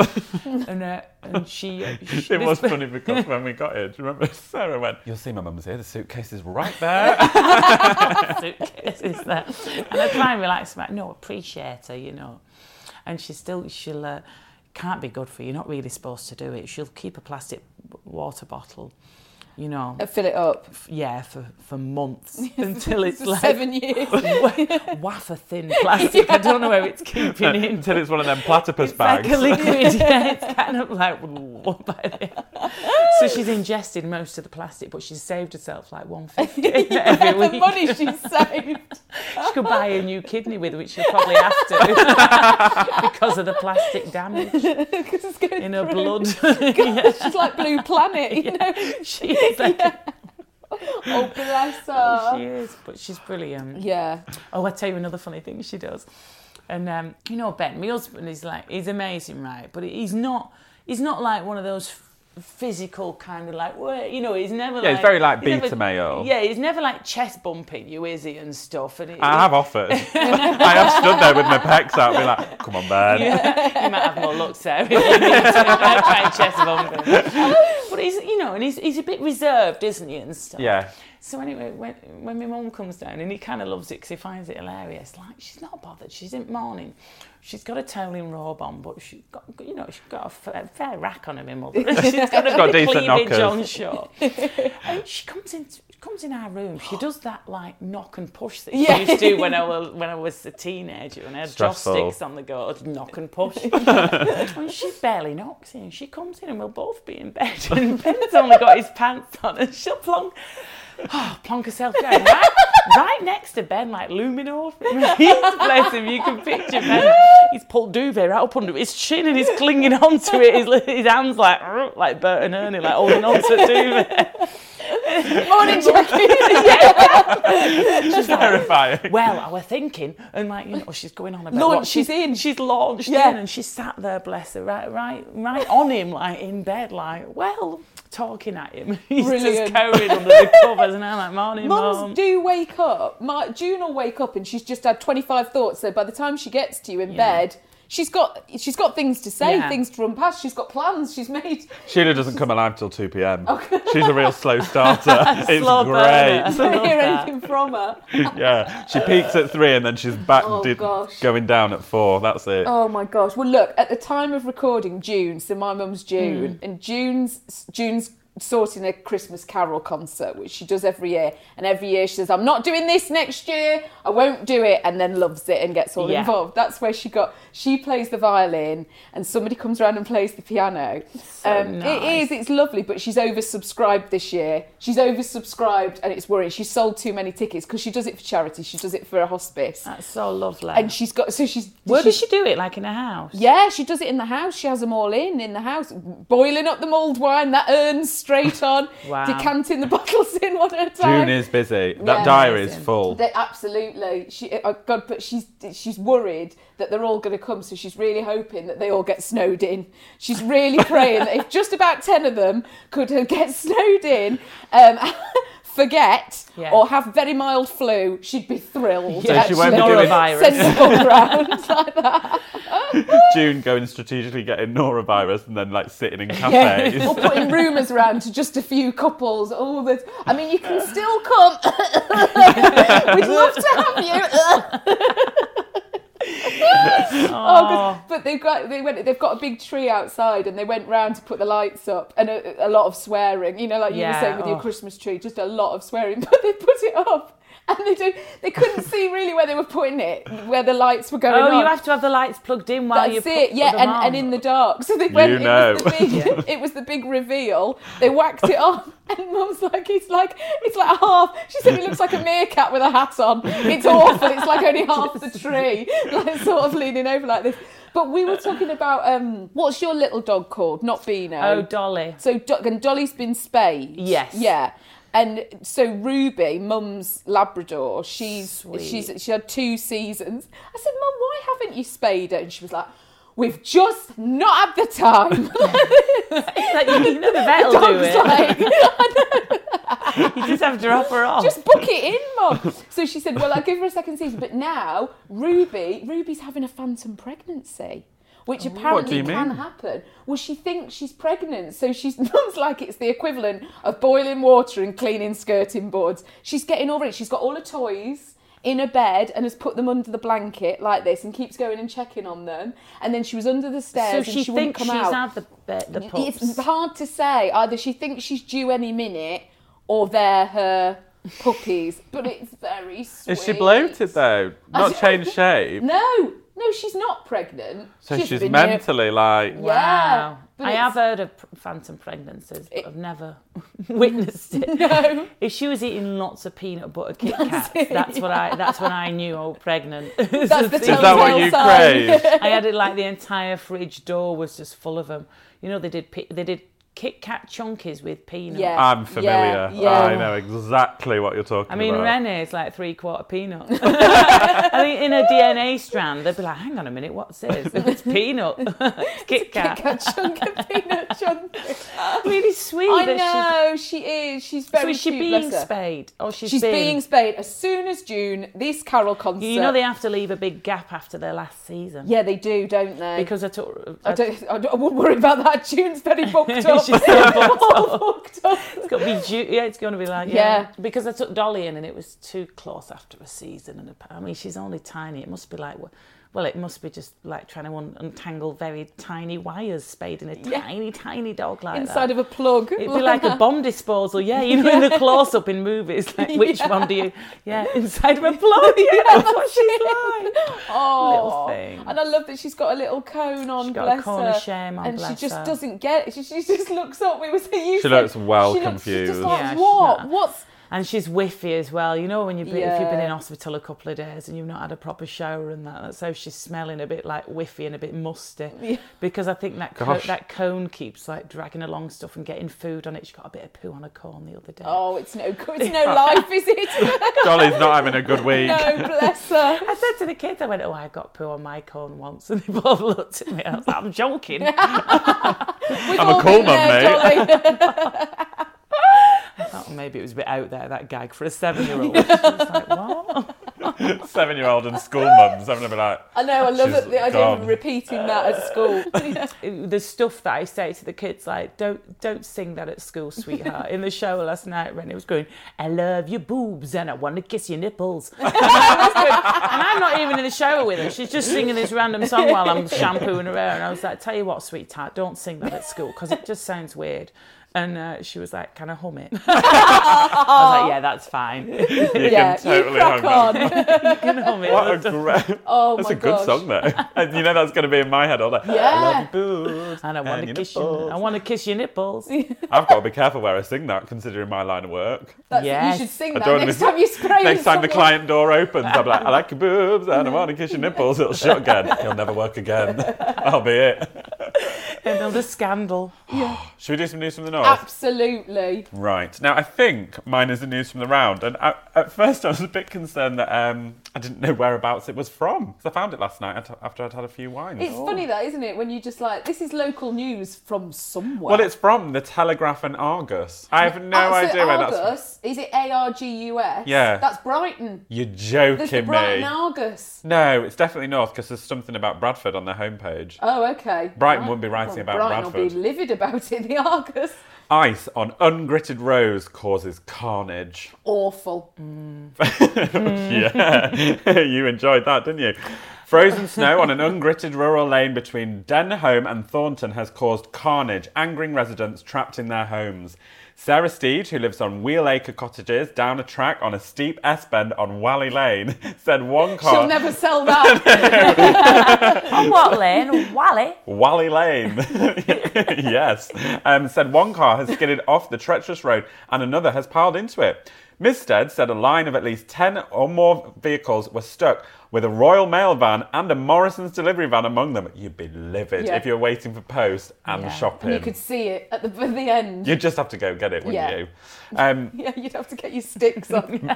Speaker 5: and, uh, and she, she
Speaker 3: It was
Speaker 5: this-
Speaker 3: funny because when we got here, do you remember Sarah went, You'll see my mum's here, the suitcase is right there.
Speaker 5: suitcases there. And I try and relax about, no, appreciate her, you know. And she still, she'll, uh, can't be good for you. You're not really supposed to do it. She'll keep a plastic w- water bottle, you know,
Speaker 4: Fill it up.
Speaker 5: f- yeah, for, for months until it's like
Speaker 4: Seven years.
Speaker 5: wa- wafer thin plastic. I don't know where it's keeping in.
Speaker 3: Until it's one of them platypus bags.
Speaker 5: Like a liquid, yeah. It's kind of like by the end. So she's ingested most of the plastic, but she's saved herself like one fifty every
Speaker 4: the
Speaker 5: week.
Speaker 4: money she's saved.
Speaker 5: She could buy a new kidney with, which she'll probably have to because of the plastic damage
Speaker 4: Because it's going
Speaker 5: in her
Speaker 4: through.
Speaker 5: blood.
Speaker 4: God, She's like Blue Planet, you know.
Speaker 5: she is like
Speaker 4: Oh, bless her.
Speaker 5: she is, but she's brilliant.
Speaker 4: Yeah.
Speaker 5: Oh, I'll tell you another funny thing she does. And um, you know, Ben, my husband is like he's amazing, right? But he's not he's not like one of those f- physical kind of like well, you know, he's never
Speaker 3: Yeah,
Speaker 5: like
Speaker 3: he's very, like,
Speaker 5: he's never-
Speaker 3: beta male.
Speaker 5: Yeah, he's never like chest bumping you, is he, and stuff. And it,
Speaker 3: I have offered. I have stood there with my pecs out and be like, come on, man.
Speaker 5: you might have more looks there if you need to. I'm trying chest bumping. Oh, But he's, you know, and he's, he's a bit reserved, isn't he, and stuff.
Speaker 3: Yeah.
Speaker 5: So anyway, when, when my mum comes down, and he kind of loves it because he finds it hilarious. Like she's not bothered. She's in mourning. She's got a toweling robe on, but she's got, you know, she's got a fair, fair rack on her, my mother. she's got a
Speaker 3: Got
Speaker 5: bit of
Speaker 3: decent
Speaker 5: cleavage
Speaker 3: knockers.
Speaker 5: on show. and she comes in, she comes in our room. She does that like knock and push that she
Speaker 4: Yeah.
Speaker 5: used to do when I was when I was a teenager, and I had
Speaker 3: Stressful.
Speaker 5: joss sticks on the go, I'd knock and push. and she barely knocks in. She comes in, and we'll both be in bed. And Ben's only got his pants on, and she'll plonk oh, plonk herself down right, right next to Ben, like looming over him. Bless him, you can picture Ben. He's pulled duvet right up under his chin and he's clinging onto it. His, his hands like "Arr," like Bert and Ernie, like holding onto the duvet.
Speaker 4: Morning, Jackie.
Speaker 5: She's like,
Speaker 3: Terrifying.
Speaker 5: well, I were thinking, and like you know, she's going on about
Speaker 4: Launch,
Speaker 5: what
Speaker 4: she's in.
Speaker 5: She's launched
Speaker 4: Yeah.
Speaker 5: in, and she sat there, bless her, right, right, right on him, like in bed, like well, talking at him. He's
Speaker 4: Brilliant.
Speaker 5: just cowering under the covers, and I'm like, morning, mum.
Speaker 4: Mums do wake up. My, June will wake up and she's just had 25 thoughts. So by the time she gets to you in
Speaker 5: Yeah.
Speaker 4: bed, she's got she's got things to say,
Speaker 5: Yeah.
Speaker 4: things to run past. She's got plans. She's made.
Speaker 3: Sheila doesn't come alive till 2 p.m. She's a real slow starter. it's
Speaker 5: Slow burner.
Speaker 3: great.
Speaker 4: Don't hear
Speaker 5: that.
Speaker 4: anything from her.
Speaker 3: yeah, she peaks at three and then she's back
Speaker 4: Oh,
Speaker 3: di-
Speaker 4: gosh.
Speaker 3: going down at four. That's it.
Speaker 4: Oh my gosh! Well, look at the time of recording, June. So my mum's June,
Speaker 5: Hmm.
Speaker 4: and June's June's sorting a Christmas Carol concert, which she does every year. And every year she says, "I'm not doing this next year. I won't do it," and then loves it and gets all
Speaker 5: Yeah.
Speaker 4: involved. That's where she got. She plays the violin, and somebody comes around and plays the piano. Um, It is. It's lovely, but she's oversubscribed this year. She's oversubscribed, and it's worrying. She's sold too many tickets because she does it for charity. She does it for a hospice.
Speaker 5: That's so lovely.
Speaker 4: and she's got so she's
Speaker 5: Where
Speaker 4: she's-
Speaker 5: does she do it? Like in a house?
Speaker 4: yeah, she does it in the house. She has them all in in the house, boiling up the mulled wine, that urns straight on,
Speaker 5: Wow.
Speaker 4: decanting the bottles in one at a time.
Speaker 3: June is busy. That
Speaker 4: Yeah.
Speaker 3: diary is full.
Speaker 4: They- absolutely. She, oh God, but she's she's worried that they're all going to come, so she's really hoping that they all get snowed in. She's really praying that if just about ten of them could get snowed in, um, forget
Speaker 5: Yeah.
Speaker 4: or have very mild flu, she'd be thrilled.
Speaker 3: So she won't be
Speaker 4: actually.
Speaker 3: doing-
Speaker 5: Norovirus.
Speaker 4: Send them all round like that.
Speaker 3: June going strategically getting norovirus and then like sitting in cafes.
Speaker 4: or putting rumours around to just a few couples. Oh, that I mean, you can still come. We'd love to have you. oh, 'cause- but they've got they went they've got a big tree outside, and they went round to put the lights up, and a, a lot of swearing. You know, like you
Speaker 5: Yeah,
Speaker 4: were saying with your
Speaker 5: oh.
Speaker 4: Christmas tree, just a lot of swearing. But they put it up, and they do they couldn't see really where they were putting it, where the lights were going.
Speaker 5: Oh,
Speaker 4: on.
Speaker 5: you have to have the lights plugged in while you
Speaker 4: That's it,
Speaker 5: put
Speaker 4: yeah,
Speaker 5: them
Speaker 4: and,
Speaker 5: on.
Speaker 4: and in the dark. So they went, it, was the
Speaker 3: know.
Speaker 4: big, it was the big reveal. They whacked it on, and Mum's like, it's like, it's like half. She said it looks like a meerkat with a hat on. It's awful. It's like only half the tree, like sort of leaning over like this. But we were talking about um, what's your little dog called? Not Beano.
Speaker 5: Oh, Dolly.
Speaker 4: So Do- and Dolly's been spayed.
Speaker 5: Yes.
Speaker 4: Yeah. And so Ruby, Mum's Labrador, she's
Speaker 5: Sweet.
Speaker 4: she's she had two seasons. I said, Mum, why haven't you spayed her? And she was like, We've just not had the time.
Speaker 5: Like, you know the vet'll
Speaker 4: The
Speaker 5: do
Speaker 4: dog's
Speaker 5: it. You just have to drop her off.
Speaker 4: Just book it in, Mum. So she said, Well, I'll give her a second season. But now Ruby, Ruby's having a phantom pregnancy. Which apparently
Speaker 3: you
Speaker 4: can
Speaker 3: mean?
Speaker 4: happen. Well, she thinks she's pregnant, so she's mum's like it's the equivalent of boiling water and cleaning skirting boards. She's getting over it. She's got all her toys in her bed and has put them under the blanket like this and keeps going and checking on them. And then she was under the
Speaker 5: so
Speaker 4: stairs
Speaker 5: she,
Speaker 4: and she wouldn't
Speaker 5: thinks
Speaker 4: come
Speaker 5: she's
Speaker 4: out.
Speaker 5: had the, the, the pups.
Speaker 4: It's hard to say. Either she thinks she's due any minute, or they're her puppies. But it's very sweet.
Speaker 3: Is she bloated though? Not changed shape.
Speaker 4: No, no, she's not pregnant.
Speaker 3: So
Speaker 4: She's
Speaker 3: she's
Speaker 4: been here-
Speaker 3: mentally like.
Speaker 4: Yeah, Ah,
Speaker 5: wow.
Speaker 4: but
Speaker 5: Uh, I
Speaker 4: it's-
Speaker 5: have heard of pr- phantom pregnancies, but I've never witnessed it.
Speaker 4: No.
Speaker 5: If she was eating lots of peanut butter Kit Kats, that's what I. That's when I knew I was pregnant.
Speaker 4: That's the
Speaker 5: Is
Speaker 3: Is that what
Speaker 4: telltale
Speaker 3: you
Speaker 4: sign.
Speaker 3: crave?
Speaker 5: I had it like the entire fridge door was just full of them. You know they did pi- they did Kit Kat chunkies with peanuts.
Speaker 4: Yeah.
Speaker 3: I'm familiar.
Speaker 4: Yeah, yeah.
Speaker 3: I know exactly what you're talking
Speaker 5: I mean,
Speaker 3: about.
Speaker 5: Renee's like three quarter peanut. I think in her DNA strand, they'd be like, hang on a minute, what's this? It's peanut. It's Kit Kat.
Speaker 4: Kick a chunk of peanut chunk.
Speaker 5: Really sweet.
Speaker 4: I
Speaker 5: that
Speaker 4: know she is. She's
Speaker 5: She's, so
Speaker 4: very
Speaker 5: is she
Speaker 4: cute,
Speaker 5: being
Speaker 4: bless her.
Speaker 5: spayed? Or she's,
Speaker 4: She's
Speaker 5: been-
Speaker 4: being spayed as soon as June. This Carol concert.
Speaker 5: You know they have to leave a big gap after their last season.
Speaker 4: Yeah, they do, don't they?
Speaker 5: Because I took.
Speaker 4: I don't, I don't. I wouldn't worry about that. June's very booked up.
Speaker 5: It's
Speaker 4: all fucked up.
Speaker 5: It's got to be ju- yeah. It's going to be like yeah.
Speaker 4: Yeah.
Speaker 5: Because I took Dolly in, and it was too close after a season. And I mean, she's only tiny. It must be like well, it must be just like trying to un- untangle very tiny wires spayed in a tiny, tiny dog like that.
Speaker 4: Inside of a plug.
Speaker 5: It'd be like a bomb disposal, yeah. You know, in the close-up in movies, like which one do you? Yeah, inside of a plug. Yeah, that's what she's like.
Speaker 4: Oh,
Speaker 5: Little thing.
Speaker 4: and I love that she's got a little cone on.
Speaker 5: She's got a
Speaker 4: bless
Speaker 5: cone
Speaker 4: her,
Speaker 5: of shame on,
Speaker 4: and
Speaker 5: bless
Speaker 4: she just
Speaker 5: her.
Speaker 4: doesn't get. It. She, she just looks up. We were saying you.
Speaker 3: She
Speaker 4: said-
Speaker 3: looks well
Speaker 4: she looks- She's just
Speaker 3: confused.
Speaker 4: like
Speaker 5: Yeah, she's
Speaker 4: what?
Speaker 5: not-
Speaker 4: What's
Speaker 5: And she's whiffy as well. You know, when you've been, if you've been
Speaker 4: Yeah.
Speaker 5: in hospital a couple of days and you've not had a proper shower and that, so she's smelling a bit like whiffy and a bit musty. Because I think that co-
Speaker 3: Gosh.
Speaker 5: that cone keeps like dragging along stuff and getting food on it. She got a bit of poo on her cone the other day.
Speaker 4: Oh, it's no good. It's no life, is it?
Speaker 3: Dolly's not having a good week.
Speaker 4: no, bless her.
Speaker 5: I said to the kids, I went, oh, I got poo on my cone once, and they both looked at me. I was like, I'm joking.
Speaker 4: We've
Speaker 3: I'm a
Speaker 4: all
Speaker 3: cool mum,
Speaker 4: been there, Dolly.
Speaker 5: Oh, maybe it was a bit out there, that gag for a seven year old. like, what?
Speaker 3: Seven year old and school mums having a bit like.
Speaker 4: I know. I love
Speaker 3: She's
Speaker 4: it, the idea
Speaker 3: gone.
Speaker 4: of repeating that at school.
Speaker 5: The stuff that I say to the kids, like, don't don't sing that at school, sweetheart. In the shower last night, when it was going, I love your boobs and I want to kiss your nipples. and I'm not even in the shower with her. She's just singing this random song while I'm shampooing her hair. And I was like, tell you what, sweetheart, don't sing that at school because it just sounds weird. And uh, she was like, can I hum it? I was like, yeah, that's fine.
Speaker 3: You
Speaker 4: yeah,
Speaker 3: can totally
Speaker 4: you crack
Speaker 3: hang that.
Speaker 4: on.
Speaker 5: can hum it.
Speaker 3: What a great.
Speaker 4: Oh
Speaker 3: that's
Speaker 4: my
Speaker 3: a good
Speaker 4: gosh.
Speaker 3: song though. And you know that's going to be in my head all day.
Speaker 4: Yeah.
Speaker 3: I love your boobs.
Speaker 5: And I want to
Speaker 3: your
Speaker 5: kiss
Speaker 3: nipples.
Speaker 5: you. I want to kiss your nipples.
Speaker 3: I've got to be careful where I sing that, considering my line of work.
Speaker 4: That's,
Speaker 5: Yes.
Speaker 4: You should sing
Speaker 3: I
Speaker 4: that
Speaker 3: don't wanna
Speaker 4: next
Speaker 3: miss-
Speaker 4: time you spray.
Speaker 3: Next time the
Speaker 4: someone.
Speaker 3: client door opens, I'm like, I like your boobs and I want to kiss your nipples. It'll shut again. You'll never work again. I'll be it.
Speaker 5: Another scandal.
Speaker 3: Should we do some news from the north?
Speaker 4: Absolutely.
Speaker 3: Mm. Right. Now, I think mine is the news from the round. And I, at first, I was a bit concerned that um, I didn't know whereabouts it was from. So I found it last night at- after I'd had a few wines.
Speaker 5: Oh.
Speaker 4: It's funny that, isn't it? When you just like, this is local news from somewhere.
Speaker 3: Well, it's from the Telegraph and Argus. I have no
Speaker 4: Ah, so
Speaker 3: idea where that's from.
Speaker 4: Argus, Is it A R G U S?
Speaker 3: Yeah.
Speaker 4: That's Brighton.
Speaker 3: You're
Speaker 4: There's
Speaker 3: joking
Speaker 4: the Brighton
Speaker 3: me.
Speaker 4: Argus.
Speaker 3: No, it's definitely north because there's something about Bradford on their homepage.
Speaker 4: Oh, okay.
Speaker 3: Brighton wouldn't be writing
Speaker 4: Well,
Speaker 3: about
Speaker 4: Brighton
Speaker 3: Bradford.
Speaker 4: will be livid about it. The Argus.
Speaker 3: Ice on ungritted roads causes carnage.
Speaker 4: Awful.
Speaker 3: yeah, you enjoyed that, didn't you? Frozen snow on an ungritted rural lane between Denholm and Thornton has caused carnage, angering residents trapped in their homes. Sarah Steed, who lives on Wheelacre Cottages down a track on a steep S bend on Wally Lane, said one car.
Speaker 4: She'll never sell that.
Speaker 5: On what lane? Wally.
Speaker 3: Wally Lane. yes. Um, said one car has skidded off the treacherous road and another has piled into it. Misted said a line of at least 10 or more vehicles were stuck with a Royal Mail van and a Morrison's delivery van among them. You'd be livid
Speaker 4: Yeah.
Speaker 3: if you're waiting for post and
Speaker 5: Yeah.
Speaker 3: shopping.
Speaker 4: you could see it at the, at the end.
Speaker 3: You'd just have to go get it, wouldn't
Speaker 4: Yeah.
Speaker 3: you? Um,
Speaker 4: yeah, you'd have to get your sticks on.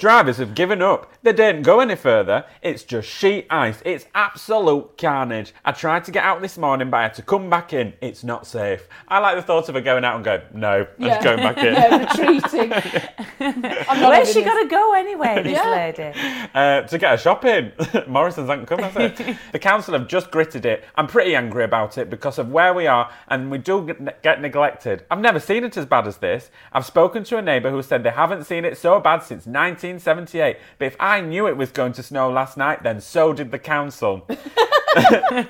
Speaker 3: Drivers have given up. They didn't go any further. It's just sheet ice. It's absolute carnage. I tried to get out this morning, but I had to come back in. It's not safe. I like the thought of her going out and going, no, and just going back in.
Speaker 4: yeah, retreating. I'm not
Speaker 5: Where's she
Speaker 4: having
Speaker 5: got to go anyway, this
Speaker 4: Oh, Yeah.
Speaker 5: lady?
Speaker 3: uh, to get a shop in. Morrison's hasn't come, has it? the council have just gritted it. I'm pretty angry about it because of where we are and we do get- get neglected. I've never seen it as bad as this. I've spoken to a neighbour who said they haven't seen it so bad since 1978. But if I knew it was going to snow last night, then so did the council.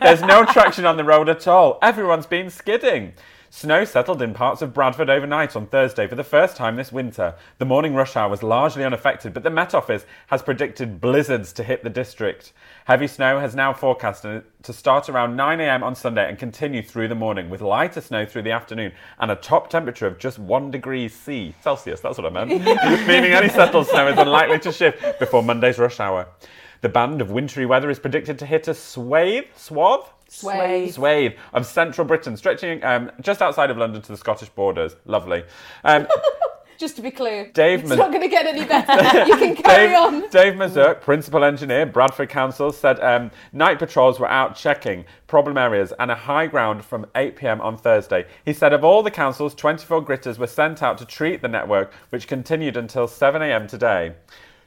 Speaker 3: There's no traction on the road at all. Everyone's been skidding. Snow settled in parts of Bradford overnight on Thursday for the first time this winter. The morning rush hour was largely unaffected, but the Met Office has predicted blizzards to hit the district. Heavy snow has now forecast to start around 9am on Sunday and continue through the morning, with lighter snow through the afternoon and a top temperature of just 1 degree C. Celsius, that's what I meant. Meaning any settled snow is unlikely to shift before Monday's rush hour. The band of wintry weather is predicted to hit a swathe, swath,
Speaker 4: Swathe.
Speaker 3: swathe of central Britain, stretching um, just outside of London to the Scottish borders. Lovely. Um,
Speaker 4: Just to be clear,
Speaker 3: Dave
Speaker 4: it's
Speaker 3: Mc-
Speaker 4: not going to get any better. you can carry
Speaker 3: Dave,
Speaker 4: on.
Speaker 3: Dave Mazurk, principal engineer, Bradford Council, said um, night patrols were out checking problem areas and a high ground from 8 pm on Thursday. He said of all the councils, 24 gritters were sent out to treat the network, which continued until 7 am today.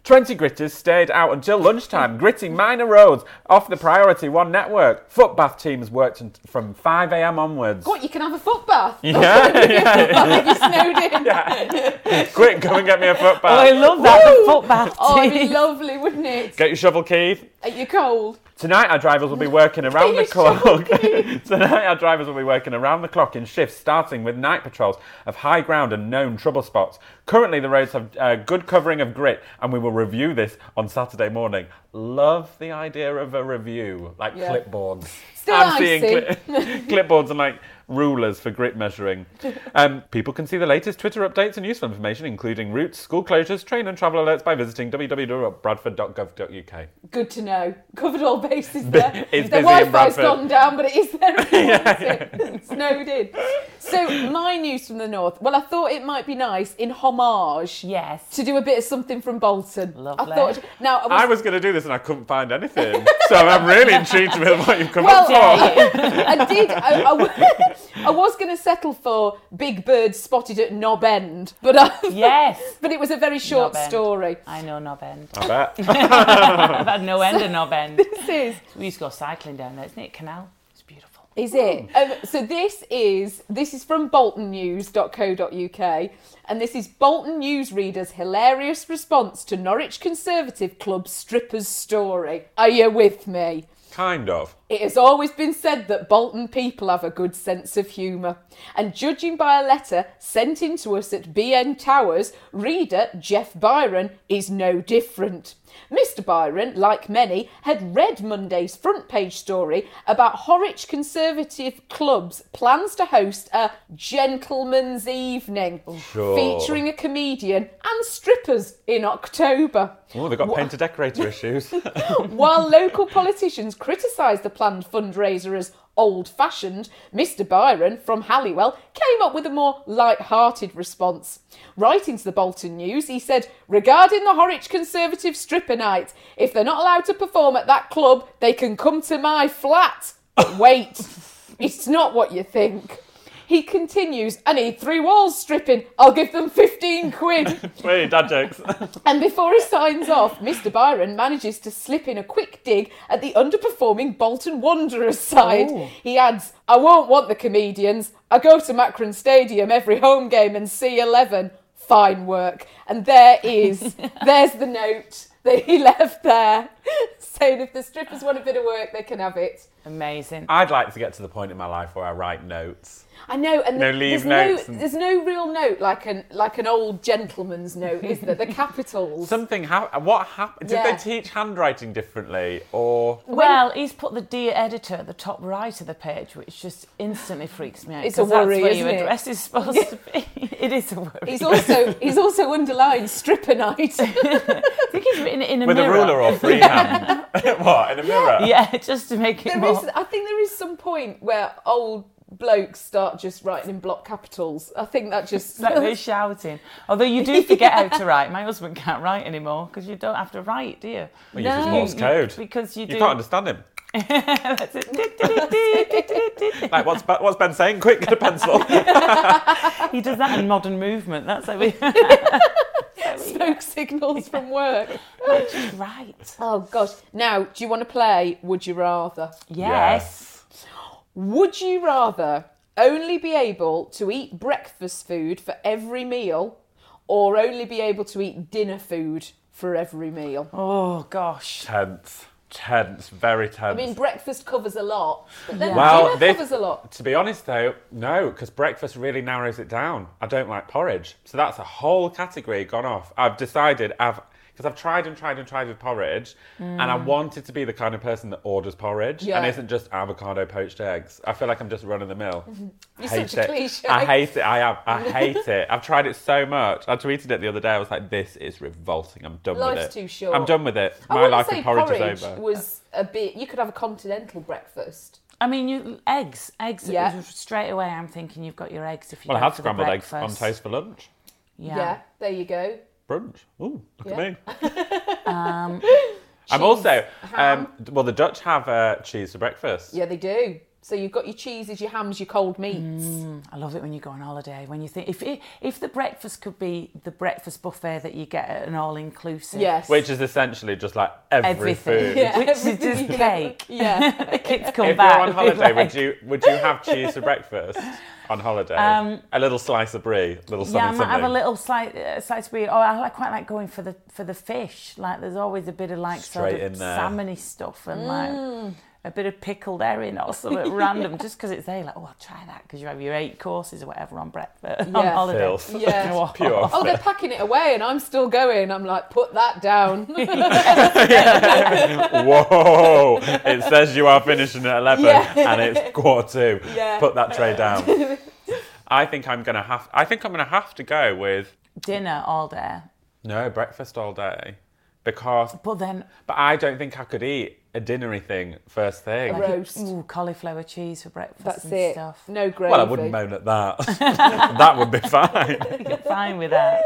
Speaker 3: 20 gritters stayed out until lunchtime, gritting minor roads off the Priority One network. Footbath teams worked un- from 5am onwards.
Speaker 4: What, you can have a foot bath?
Speaker 3: Yeah, yeah.
Speaker 4: you snowed in.
Speaker 3: Quick, come and get me a footbath.
Speaker 4: Oh, I love that, the foot
Speaker 3: bath.
Speaker 4: Oh, it'd be lovely, wouldn't it?
Speaker 3: Get your shovel, Keith.
Speaker 4: Are you cold?
Speaker 3: Tonight our drivers will be working around the
Speaker 4: Please,
Speaker 3: clock. Tonight our drivers will be working around the clock in shifts, starting with night patrols of high ground and known trouble spots. Currently, the roads have uh, good covering of grit, and we will review this on Saturday morning. Love the idea of a review, like
Speaker 4: Yeah.
Speaker 3: clipboards.
Speaker 4: Still
Speaker 3: I'm seeing
Speaker 4: icy.
Speaker 3: cli- clipboards and like rulers for grit measuring. Um, people can see the latest Twitter updates and useful information, including routes, school closures, train and travel alerts, by visiting www.bradford.gov.uk.
Speaker 4: Good to know. Covered all bases there.
Speaker 3: it's busy
Speaker 4: the
Speaker 3: in
Speaker 4: Wi-Fi's
Speaker 3: Bradford.
Speaker 4: gone down, but it is there. isn't it? Snowed in. So my news from the north. Well, I thought it might be nice in homage. Yes. To do a bit of something from Bolton. Lovely. I thought. Now I was,
Speaker 3: I was going to do this and I couldn't find anything. so I'm really intrigued with what you've come
Speaker 4: well,
Speaker 3: up for.
Speaker 4: I, I did. I, I w- I was going to settle for Big Bird spotted at Knob End, but I, yes, but it was a very short
Speaker 5: Knob End.
Speaker 4: story.
Speaker 5: I know knob end.
Speaker 4: Oh.
Speaker 3: I bet.
Speaker 5: I've had no end of knob end. This
Speaker 4: is.
Speaker 5: We used to go cycling down there, isn't it? Canal.
Speaker 4: Is it? Um, so this is this is from boltonnews.co.uk and this is Bolton newsreader's hilarious response to Norwich Conservative Club strippers story. Are you with me?
Speaker 3: Kind of.
Speaker 4: It has always been said that Bolton people have a good sense of humour. And judging by a letter sent in to us at BN Towers, reader Jeff Byron is no different. Mr. Byron, like many, had read Monday's front page story about Horwich Conservative Club's plans to host a gentleman's evening
Speaker 3: Sure.
Speaker 4: featuring a comedian and strippers in October.
Speaker 3: Oh, they've got painter decorator issues.
Speaker 4: While local politicians criticised the planned fundraiser as old fashioned, Mr. Byron from Halliwell came up with a more light hearted response. Writing to the Bolton News, he said, Regarding the Horwich Conservative stripper night, if they're not allowed to perform at that club, they can come to my flat. But Wait, it's not what you think. He continues, I need three walls stripping. I'll give them 15 quid.
Speaker 3: Wait, dad jokes.
Speaker 4: And before he signs off, Mr. Byron manages to slip in a quick dig at the underperforming Bolton Wanderers side.
Speaker 9: Oh.
Speaker 4: He adds, I won't want the comedians. I go to Macron Stadium every home game and see 11. Fine work. And there is, there's the note that he left there saying if the strippers want a bit of work, they can have it.
Speaker 5: Amazing.
Speaker 3: I'd like to get to the point in my life where I write notes.
Speaker 4: I know, and
Speaker 3: No
Speaker 4: th-
Speaker 3: leave
Speaker 4: there's,
Speaker 3: notes
Speaker 4: no,
Speaker 3: and-
Speaker 4: there's no real note like an like an old gentleman's note, is there? The capitals.
Speaker 3: Something happened. What happened? Did
Speaker 4: Yeah.
Speaker 3: they teach handwriting differently? Or.
Speaker 5: Well, he's put the dear editor at the top right of the page, which just instantly freaks me out.
Speaker 4: It's a
Speaker 5: 'cause that's
Speaker 4: worry,
Speaker 5: where
Speaker 4: isn't
Speaker 5: your
Speaker 4: it?
Speaker 5: address is supposed to be. It is a worry.
Speaker 4: He's also he's also underlined stripper night. I
Speaker 5: think he's written it in a
Speaker 3: With
Speaker 5: mirror.
Speaker 3: a ruler or freehand? what, in a mirror?
Speaker 5: Yeah, just to make it
Speaker 4: There
Speaker 5: more.
Speaker 4: is, I think there is some point where old blokes start just writing in block capitals. I think that just
Speaker 5: like they're shouting. Although you do forget how to write. My husband can't write anymore because you don't have to write, do you?
Speaker 3: Well, uses Morse code.
Speaker 5: Because you do.
Speaker 3: You can't understand him.
Speaker 5: That's it.
Speaker 3: Like, what's, Be- what's Ben saying? Quick, get a pencil.
Speaker 5: he does that in modern movement. That's how we.
Speaker 4: smoke signals from work.
Speaker 5: right.
Speaker 4: Oh gosh. Now, do you want to play? Would you rather?
Speaker 5: Yes.
Speaker 4: Would you rather only be able to eat breakfast food for every meal, or only be able to eat dinner food for every meal?
Speaker 5: Oh gosh.
Speaker 3: tense. Tense. Very tense.
Speaker 4: I mean, breakfast covers a lot, but then dinner
Speaker 3: this-
Speaker 4: covers a lot.
Speaker 3: To be honest, though, no, because breakfast really narrows it down. I don't like porridge, so that's a whole category gone off. I've decided I've because I've tried and tried and tried with porridge, and I
Speaker 5: Mm.
Speaker 3: wanted to be the kind of person that orders porridge
Speaker 5: Yeah.
Speaker 3: and isn't just avocado poached eggs. I feel like I'm just running the mill.
Speaker 4: You're
Speaker 3: Hate
Speaker 4: such a
Speaker 3: it.
Speaker 4: cliche.
Speaker 3: I hate it. I am. I hate it. I've tried it so much. I tweeted it the other day. I was like, "This is revolting. I'm done with it.
Speaker 4: Life's too short.
Speaker 3: I'm done with it.
Speaker 4: I
Speaker 3: My
Speaker 4: wouldn't
Speaker 3: life
Speaker 4: say
Speaker 3: with porridge, is over."
Speaker 4: Was a bit. You could have a continental breakfast.
Speaker 5: I mean, you eggs, eggs. uh,
Speaker 4: Yeah.
Speaker 5: Straight away, I'm thinking you've got your eggs if you.
Speaker 3: well, I
Speaker 5: go
Speaker 3: had
Speaker 5: for the
Speaker 3: scrambled eggs on
Speaker 5: breakfast.
Speaker 3: toast for lunch.
Speaker 4: Yeah.
Speaker 5: Yeah.
Speaker 4: there you go.
Speaker 3: Brunch. Ooh, look
Speaker 4: Yeah.
Speaker 3: at me. um,
Speaker 5: Um,
Speaker 3: I'm
Speaker 4: Cheese,
Speaker 3: also, um,
Speaker 4: ham.
Speaker 3: d- well, the Dutch have uh, cheese for breakfast.
Speaker 4: Yeah, they do. So you've got your cheeses, your hams, your cold meats.
Speaker 5: I love it when you go on holiday. When you think if it, if the breakfast could be the breakfast buffet that you get at an all inclusive,
Speaker 3: Which is essentially just like every
Speaker 5: everything,
Speaker 3: food.
Speaker 5: which is just cake.
Speaker 4: Yeah,
Speaker 5: the kids come
Speaker 3: If
Speaker 5: back.
Speaker 3: you're on
Speaker 5: they're
Speaker 3: holiday,
Speaker 5: like-
Speaker 3: would you would you have cheese for breakfast on holiday?
Speaker 5: Um,
Speaker 3: a little slice of brie, a little something.
Speaker 5: Yeah, I might have a
Speaker 3: something.
Speaker 5: little slight uh, slice of. Oh, I like, quite like going for the for the fish. Like there's always a bit of like sort
Speaker 3: Straight
Speaker 5: of
Speaker 3: in there.
Speaker 5: salmony stuff and
Speaker 4: Mm.
Speaker 5: like a bit of pickled herring or something random, just because it's there. Like, oh, I'll try that because you have your eight courses or whatever on breakfast on
Speaker 4: Yeah.
Speaker 5: holiday.
Speaker 3: Filth.
Speaker 4: Yeah.
Speaker 5: You know what?
Speaker 3: Pure.
Speaker 4: Oh, they're packing it away, and I'm still going. I'm like, put that down.
Speaker 3: Whoa! It says you are finishing at eleven,
Speaker 4: Yeah.
Speaker 3: and it's quarter two.
Speaker 4: Yeah.
Speaker 3: Put that tray down. I think I'm gonna have. I think I'm gonna have to go with
Speaker 5: dinner all day.
Speaker 3: no breakfast all day because.
Speaker 5: But then
Speaker 3: But I don't think I could eat a dinnery thing first thing.
Speaker 5: like,
Speaker 4: Roast.
Speaker 5: Ooh, cauliflower cheese for breakfast
Speaker 4: That's
Speaker 5: and
Speaker 4: it.
Speaker 5: stuff.
Speaker 4: No gravy.
Speaker 3: Well, I wouldn't moan at that. that would be fine.
Speaker 5: You're fine with that.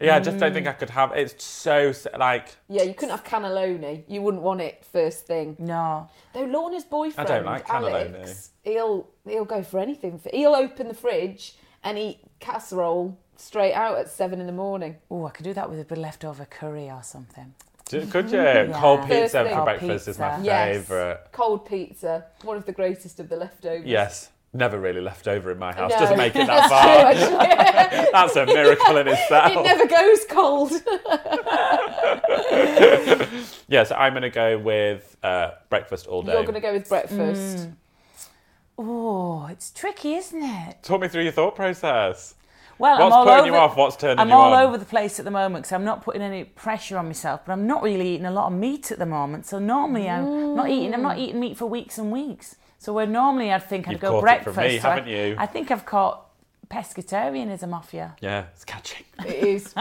Speaker 3: Yeah, I just don't think I could have. It's so s- like
Speaker 4: Yeah, you couldn't have cannelloni. You wouldn't want it first thing.
Speaker 5: No.
Speaker 4: Though Lorna's boyfriend,
Speaker 3: I don't like cannelloni.
Speaker 4: Alex, he'll he'll go for anything. For, he'll open the fridge and eat casserole straight out at seven in the morning.
Speaker 5: Ooh, I could do that with a bit of leftover curry or something.
Speaker 3: d- could you cold
Speaker 5: First
Speaker 3: pizza
Speaker 4: thing.
Speaker 3: for
Speaker 4: Cold
Speaker 3: breakfast is my
Speaker 5: pizza.
Speaker 4: Yes.
Speaker 3: favourite.
Speaker 4: Cold pizza, one of the greatest of the leftovers.
Speaker 3: Yes. Never really left over in my house.
Speaker 4: No.
Speaker 3: Just make it that far.
Speaker 4: That's true, actually.
Speaker 3: That's a miracle in
Speaker 4: It
Speaker 3: itself.
Speaker 4: never goes cold.
Speaker 3: Yeah, so I'm going to go with uh, breakfast all day.
Speaker 4: You're going to go with breakfast.
Speaker 5: Oh, it's tricky, isn't it?
Speaker 3: Talk me through your thought process.
Speaker 5: Well, I'm
Speaker 3: What's
Speaker 5: all
Speaker 3: putting
Speaker 5: over,
Speaker 3: you off? What's turning
Speaker 5: I'm
Speaker 3: you
Speaker 5: all
Speaker 3: on?
Speaker 5: over the place at the moment because I'm not putting any pressure on myself, but I'm not really eating a lot of meat at the moment. So normally I'm not eating. I'm not eating meat for weeks and weeks. So where normally I'd think I'd
Speaker 3: You've
Speaker 5: go
Speaker 3: caught it from
Speaker 5: breakfast.
Speaker 3: me,
Speaker 5: so I-
Speaker 3: haven't you?
Speaker 5: I think I've caught pescatarianism off you.
Speaker 3: Yeah, it's catching.
Speaker 4: It is.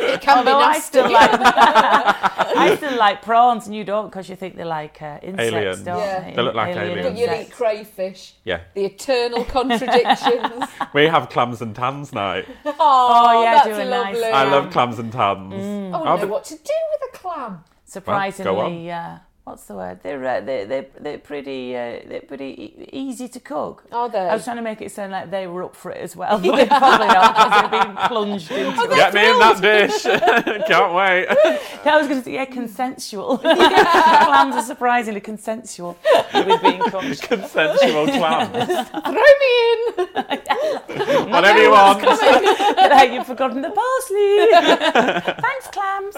Speaker 4: It can
Speaker 5: Although
Speaker 4: be
Speaker 5: I
Speaker 4: nasty.
Speaker 5: still like I still like prawns, and you don't because you think they're like uh, insects,
Speaker 3: Aliens.
Speaker 5: don't
Speaker 4: Yeah.
Speaker 5: they?
Speaker 3: They look like
Speaker 5: Alien
Speaker 3: aliens.
Speaker 4: But you'll eat
Speaker 5: insects.
Speaker 4: crayfish.
Speaker 3: Yeah.
Speaker 4: The eternal contradictions.
Speaker 3: We have clams and tans night.
Speaker 4: oh,
Speaker 5: yeah,
Speaker 4: that's
Speaker 5: do a nice
Speaker 4: lovely.
Speaker 3: I
Speaker 5: Yeah.
Speaker 3: love clams and tans.
Speaker 4: I wouldn't know what to do with a clam.
Speaker 5: surprisingly uh, what's the word they're uh, they're, they're, they're pretty uh, they're pretty e- easy to cook
Speaker 4: Are they?
Speaker 5: i was trying to make it sound like they were up for it as well but they probably not because they've been plunged into
Speaker 4: Oh,
Speaker 5: it
Speaker 3: Get me in that dish. Can't wait.
Speaker 5: i was going to say yeah consensual clams are surprisingly consensual with being cooked
Speaker 3: Consensual clams.
Speaker 4: Throw me in.
Speaker 3: Whatever you want.
Speaker 5: like uh, you've forgotten the parsley thanks clams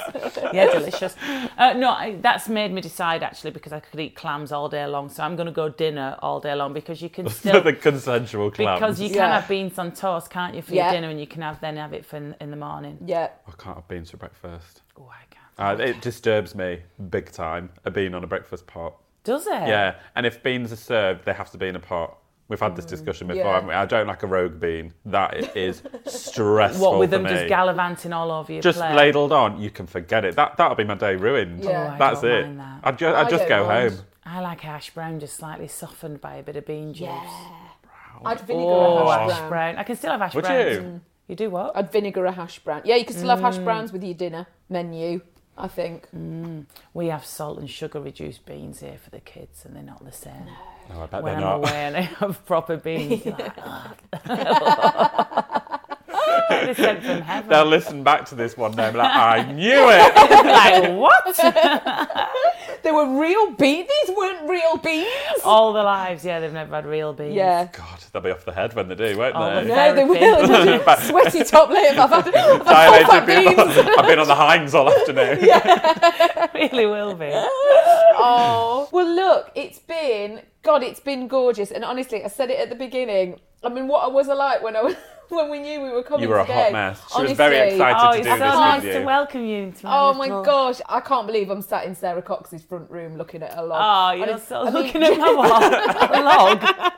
Speaker 5: yeah delicious uh, no I, that's made me decide actually because i could eat clams all day long so i'm going to go dinner all day long because you can still
Speaker 3: the consensual clams.
Speaker 5: Because you can
Speaker 4: Yeah.
Speaker 5: have beans on toast, can't you, for
Speaker 4: Yeah.
Speaker 5: your dinner, and you can have then have it for in, in the morning.
Speaker 4: Yeah.
Speaker 3: I can't have beans for breakfast.
Speaker 5: Oh, I can.
Speaker 3: Uh, it disturbs me big time, a bean on a breakfast pot.
Speaker 5: Does it?
Speaker 3: Yeah, and if beans are served, they have to be in a pot. We've had this discussion before,
Speaker 4: yeah.
Speaker 3: haven't we? I don't like a rogue bean. That i- is stressful.
Speaker 5: What with
Speaker 3: for
Speaker 5: them
Speaker 3: me.
Speaker 5: just gallivanting all over your
Speaker 3: Just
Speaker 5: plate?
Speaker 3: ladled on, you can forget it. That that'll be my day ruined.
Speaker 4: Yeah. Oh, I
Speaker 3: That's
Speaker 5: don't
Speaker 3: it.
Speaker 5: mind that.
Speaker 3: I'd, ju- I'd
Speaker 4: I
Speaker 3: just
Speaker 4: don't
Speaker 3: go
Speaker 4: mind.
Speaker 3: home.
Speaker 5: I like hash brown, just slightly softened by a bit of bean juice.
Speaker 4: I'd vinegar
Speaker 5: Oh,
Speaker 4: a
Speaker 5: hash
Speaker 4: hash
Speaker 5: brown.
Speaker 4: brown.
Speaker 5: I can still have hash
Speaker 3: Would
Speaker 5: brown.
Speaker 3: you?
Speaker 5: You do what?
Speaker 4: I'd vinegar a hash brown. Yeah, you can still have hash browns with your dinner menu, I think.
Speaker 5: We have salt and sugar reduced beans here for the kids, and they're not the same.
Speaker 3: Oh, I bet
Speaker 5: when
Speaker 3: they're
Speaker 5: I'm
Speaker 3: not.
Speaker 5: away and I have proper beans, you're like, "Ah, "Ugh." They're sent from heaven.
Speaker 3: They'll listen back to this one day and be like, I knew it.
Speaker 5: like what?
Speaker 4: They were real beans. These weren't real beans.
Speaker 5: all their lives, yeah, they've never had real beans.
Speaker 4: Yeah.
Speaker 3: God, they'll be off the head when they do, won't
Speaker 5: Oh,
Speaker 3: they?
Speaker 5: the
Speaker 4: No, they
Speaker 5: Therapy.
Speaker 4: will. Sweaty top lip. I've had, I've had whole fat
Speaker 3: Dilated
Speaker 4: beans.
Speaker 3: people. I've been on the hinds all afternoon.
Speaker 5: really will be.
Speaker 4: Oh. Well, look, it's been, God, it's been gorgeous. And honestly, I said it at the beginning. I mean, what I was like when I was, when we knew we were coming
Speaker 3: You were a
Speaker 4: today.
Speaker 3: hot mess. She was very
Speaker 4: Honestly.
Speaker 3: excited
Speaker 5: Oh,
Speaker 3: to do
Speaker 5: it's
Speaker 3: this
Speaker 5: so
Speaker 3: with
Speaker 5: nice
Speaker 3: you.
Speaker 5: to welcome you into my
Speaker 4: Oh my
Speaker 5: little-
Speaker 4: gosh, I can't believe I'm sat in Sarah Cox's front room looking at her log.
Speaker 5: Oh,
Speaker 4: And
Speaker 5: you're
Speaker 4: it's-
Speaker 5: so
Speaker 4: I mean-
Speaker 5: looking at my log. The log.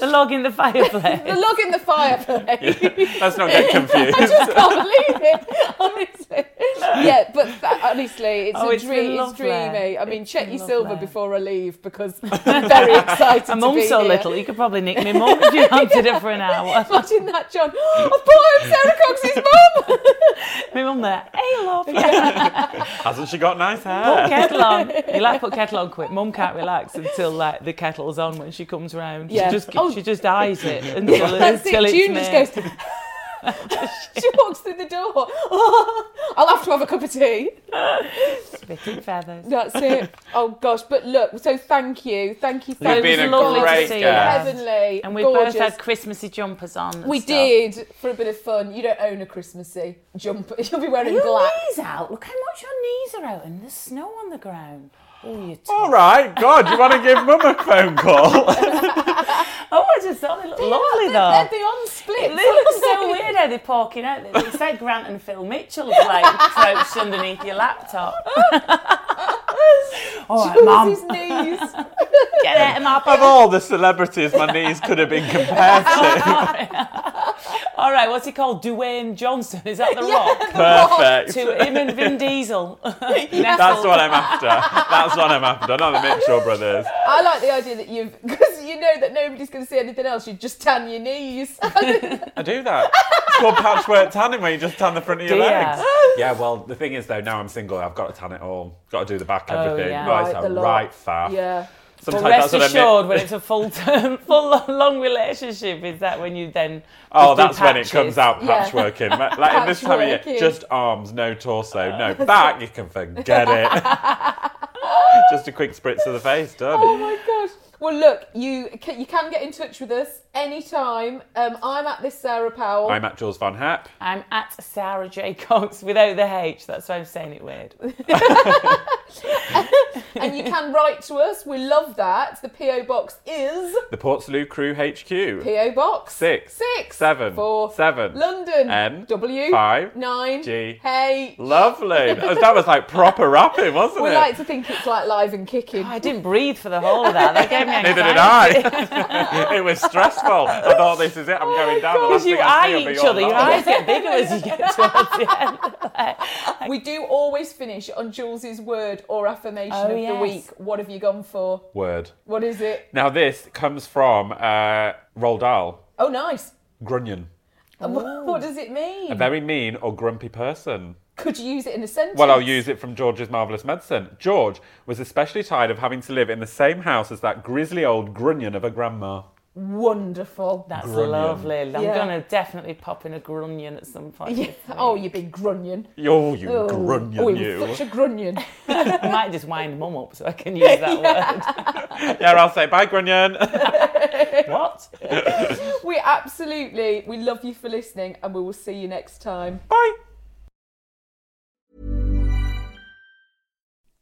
Speaker 5: the log in the
Speaker 4: The
Speaker 5: fireplace.
Speaker 4: log in the fireplace.
Speaker 3: Let's not get confused.
Speaker 4: I can't believe it. Honestly. Yeah, but that, I, honestly, it's
Speaker 5: Oh,
Speaker 4: a
Speaker 5: it's been
Speaker 4: dream. It's
Speaker 5: lovely.
Speaker 4: dreamy. I mean,
Speaker 5: It's
Speaker 4: check
Speaker 5: been
Speaker 4: your silver
Speaker 5: lovely.
Speaker 4: before I leave because I'm very excited.
Speaker 5: I'm
Speaker 4: to
Speaker 5: on
Speaker 4: be
Speaker 5: so
Speaker 4: here.
Speaker 5: little, you could probably nick me mum if you answered it for an hour.
Speaker 4: Imagine that, John. I've bought him Sarah Cox's mum.
Speaker 5: My mum there, hey love,
Speaker 3: Hasn't she got nice hair?
Speaker 5: put kettle on. You like put kettle on quick. Mum can't relax until like the kettle's on when she comes round.
Speaker 4: Yeah.
Speaker 5: She just
Speaker 4: Oh.
Speaker 5: she just eyes it until,
Speaker 4: That's
Speaker 5: until
Speaker 4: it.
Speaker 5: it's
Speaker 4: June
Speaker 5: me.
Speaker 4: just goes. she walks through the door. I'll have to have a cup of tea.
Speaker 5: Spitting feathers.
Speaker 4: That's it. Oh gosh, but look. So thank you, thank you, thank you.
Speaker 5: it was lovely
Speaker 4: Gorgeous,
Speaker 5: to see you.
Speaker 4: Heavenly,
Speaker 5: And we
Speaker 4: gorgeous.
Speaker 5: both had Christmassy jumpers on. and
Speaker 4: We
Speaker 5: stuff.
Speaker 4: did for a bit of fun. You don't own a Christmassy jumper. You'll be wearing
Speaker 5: Your
Speaker 4: black.
Speaker 5: knees out. Look how much your knees are out, and there's snow on the ground. Oh, you. T-
Speaker 3: All right, God, you want to give Mum a phone call?
Speaker 5: oh, I just thought they looked lovely
Speaker 4: They're-
Speaker 5: though.
Speaker 4: They're beyond split.
Speaker 5: It looks so weird how they're poking out. It's like Grant and Phil Mitchell have like crouched underneath your laptop. All right,
Speaker 4: his
Speaker 5: Mum,
Speaker 4: knees.
Speaker 5: get out of my
Speaker 3: of all the celebrities my knees could have been compared to.
Speaker 5: All right, what's he called? Dwayne Johnson. Is that the rock?
Speaker 3: Perfect.
Speaker 5: To him and Vin Diesel.
Speaker 3: That's what I'm after. That's what I'm after. Not the Mitchell brothers.
Speaker 4: I like the idea that you've because you know that nobody's going to see anything else. You just tan your knees.
Speaker 3: I do that. It's called patchwork tanning where you just tan the front of your
Speaker 5: Do ya?
Speaker 3: legs. Yeah, well, the thing is though, now I'm single, I've got to tan it all. Got to do the back,
Speaker 5: Oh,
Speaker 3: everything.
Speaker 5: yeah.
Speaker 3: Right,
Speaker 4: Right,
Speaker 3: it's a
Speaker 4: the lot.
Speaker 3: right faff.
Speaker 4: yeah.
Speaker 3: Sometimes
Speaker 5: But rest
Speaker 3: that's what I
Speaker 5: assured,
Speaker 3: mean.
Speaker 5: when it's a full term, full long, long relationship, is that when you then?
Speaker 3: Oh,
Speaker 5: just
Speaker 3: that's
Speaker 5: do
Speaker 3: when it
Speaker 5: patches?
Speaker 3: comes out
Speaker 4: Yeah.
Speaker 3: patchworking. Like like in this time of
Speaker 4: Patchworking.
Speaker 3: year, just arms, no torso, no back. You can forget it. just a quick spritz of the face, done.
Speaker 4: Oh my gosh. Well, look, you can, you can get in touch with us anytime. Um, I'm at this Sarah Powell.
Speaker 3: I'm at Jules Van Hap.
Speaker 5: I'm at Sarah J Cox without the H. That's why I'm saying it weird.
Speaker 4: and you can write to us. We love that. The PO box is
Speaker 3: The Portslade Crew HQ.
Speaker 4: PO box
Speaker 3: Six.
Speaker 4: six
Speaker 3: Seven.
Speaker 4: four
Speaker 3: Seven.
Speaker 4: London
Speaker 3: M.
Speaker 4: W
Speaker 3: Five.
Speaker 4: nine
Speaker 3: G.
Speaker 4: Hey.
Speaker 3: Lovely. That was- that was like proper rapping, wasn't
Speaker 4: We
Speaker 3: it?
Speaker 4: like to think it's like live and kicking.
Speaker 5: I didn't breathe for the whole of that. That gave me
Speaker 3: Neither did
Speaker 5: anxiety.
Speaker 3: I. it was stressful. I thought this is it. I'm going down. The last
Speaker 5: Because Oh you
Speaker 3: thing I see
Speaker 5: eye
Speaker 3: will be
Speaker 5: each
Speaker 3: your
Speaker 5: other, your
Speaker 3: laugh.
Speaker 5: eyes get bigger as you get towards the end.
Speaker 4: We do always finish on Jules's word or affirmation
Speaker 5: Oh,
Speaker 4: of the
Speaker 5: yes.
Speaker 4: week. What have you gone for?
Speaker 3: Word.
Speaker 4: What is it?
Speaker 3: Now this comes from uh, Roald Dahl.
Speaker 4: Oh, nice.
Speaker 3: Grunion.
Speaker 4: And What, what does it mean?
Speaker 3: A very mean or grumpy person.
Speaker 4: Could you use it in a sentence?
Speaker 3: Well, I'll use it from George's Marvellous Medicine. George was especially tired of having to live in the same house as that grizzly old grunion of a grandma.
Speaker 4: Wonderful.
Speaker 5: That's
Speaker 3: Grunion.
Speaker 5: lovely. I'm
Speaker 4: Yeah.
Speaker 5: gonna definitely pop in a grunion at some point.
Speaker 4: Yeah. Oh, you big grunion.
Speaker 3: Oh, you
Speaker 4: Oh.
Speaker 3: grunion,
Speaker 4: oh, he
Speaker 3: you.
Speaker 4: was such a grunion.
Speaker 5: I might just wind mum up so I can use that
Speaker 3: yeah, I'll say bye, grunion.
Speaker 5: word. What?
Speaker 4: we absolutely, we love you for listening and we will see you next time.
Speaker 3: bye.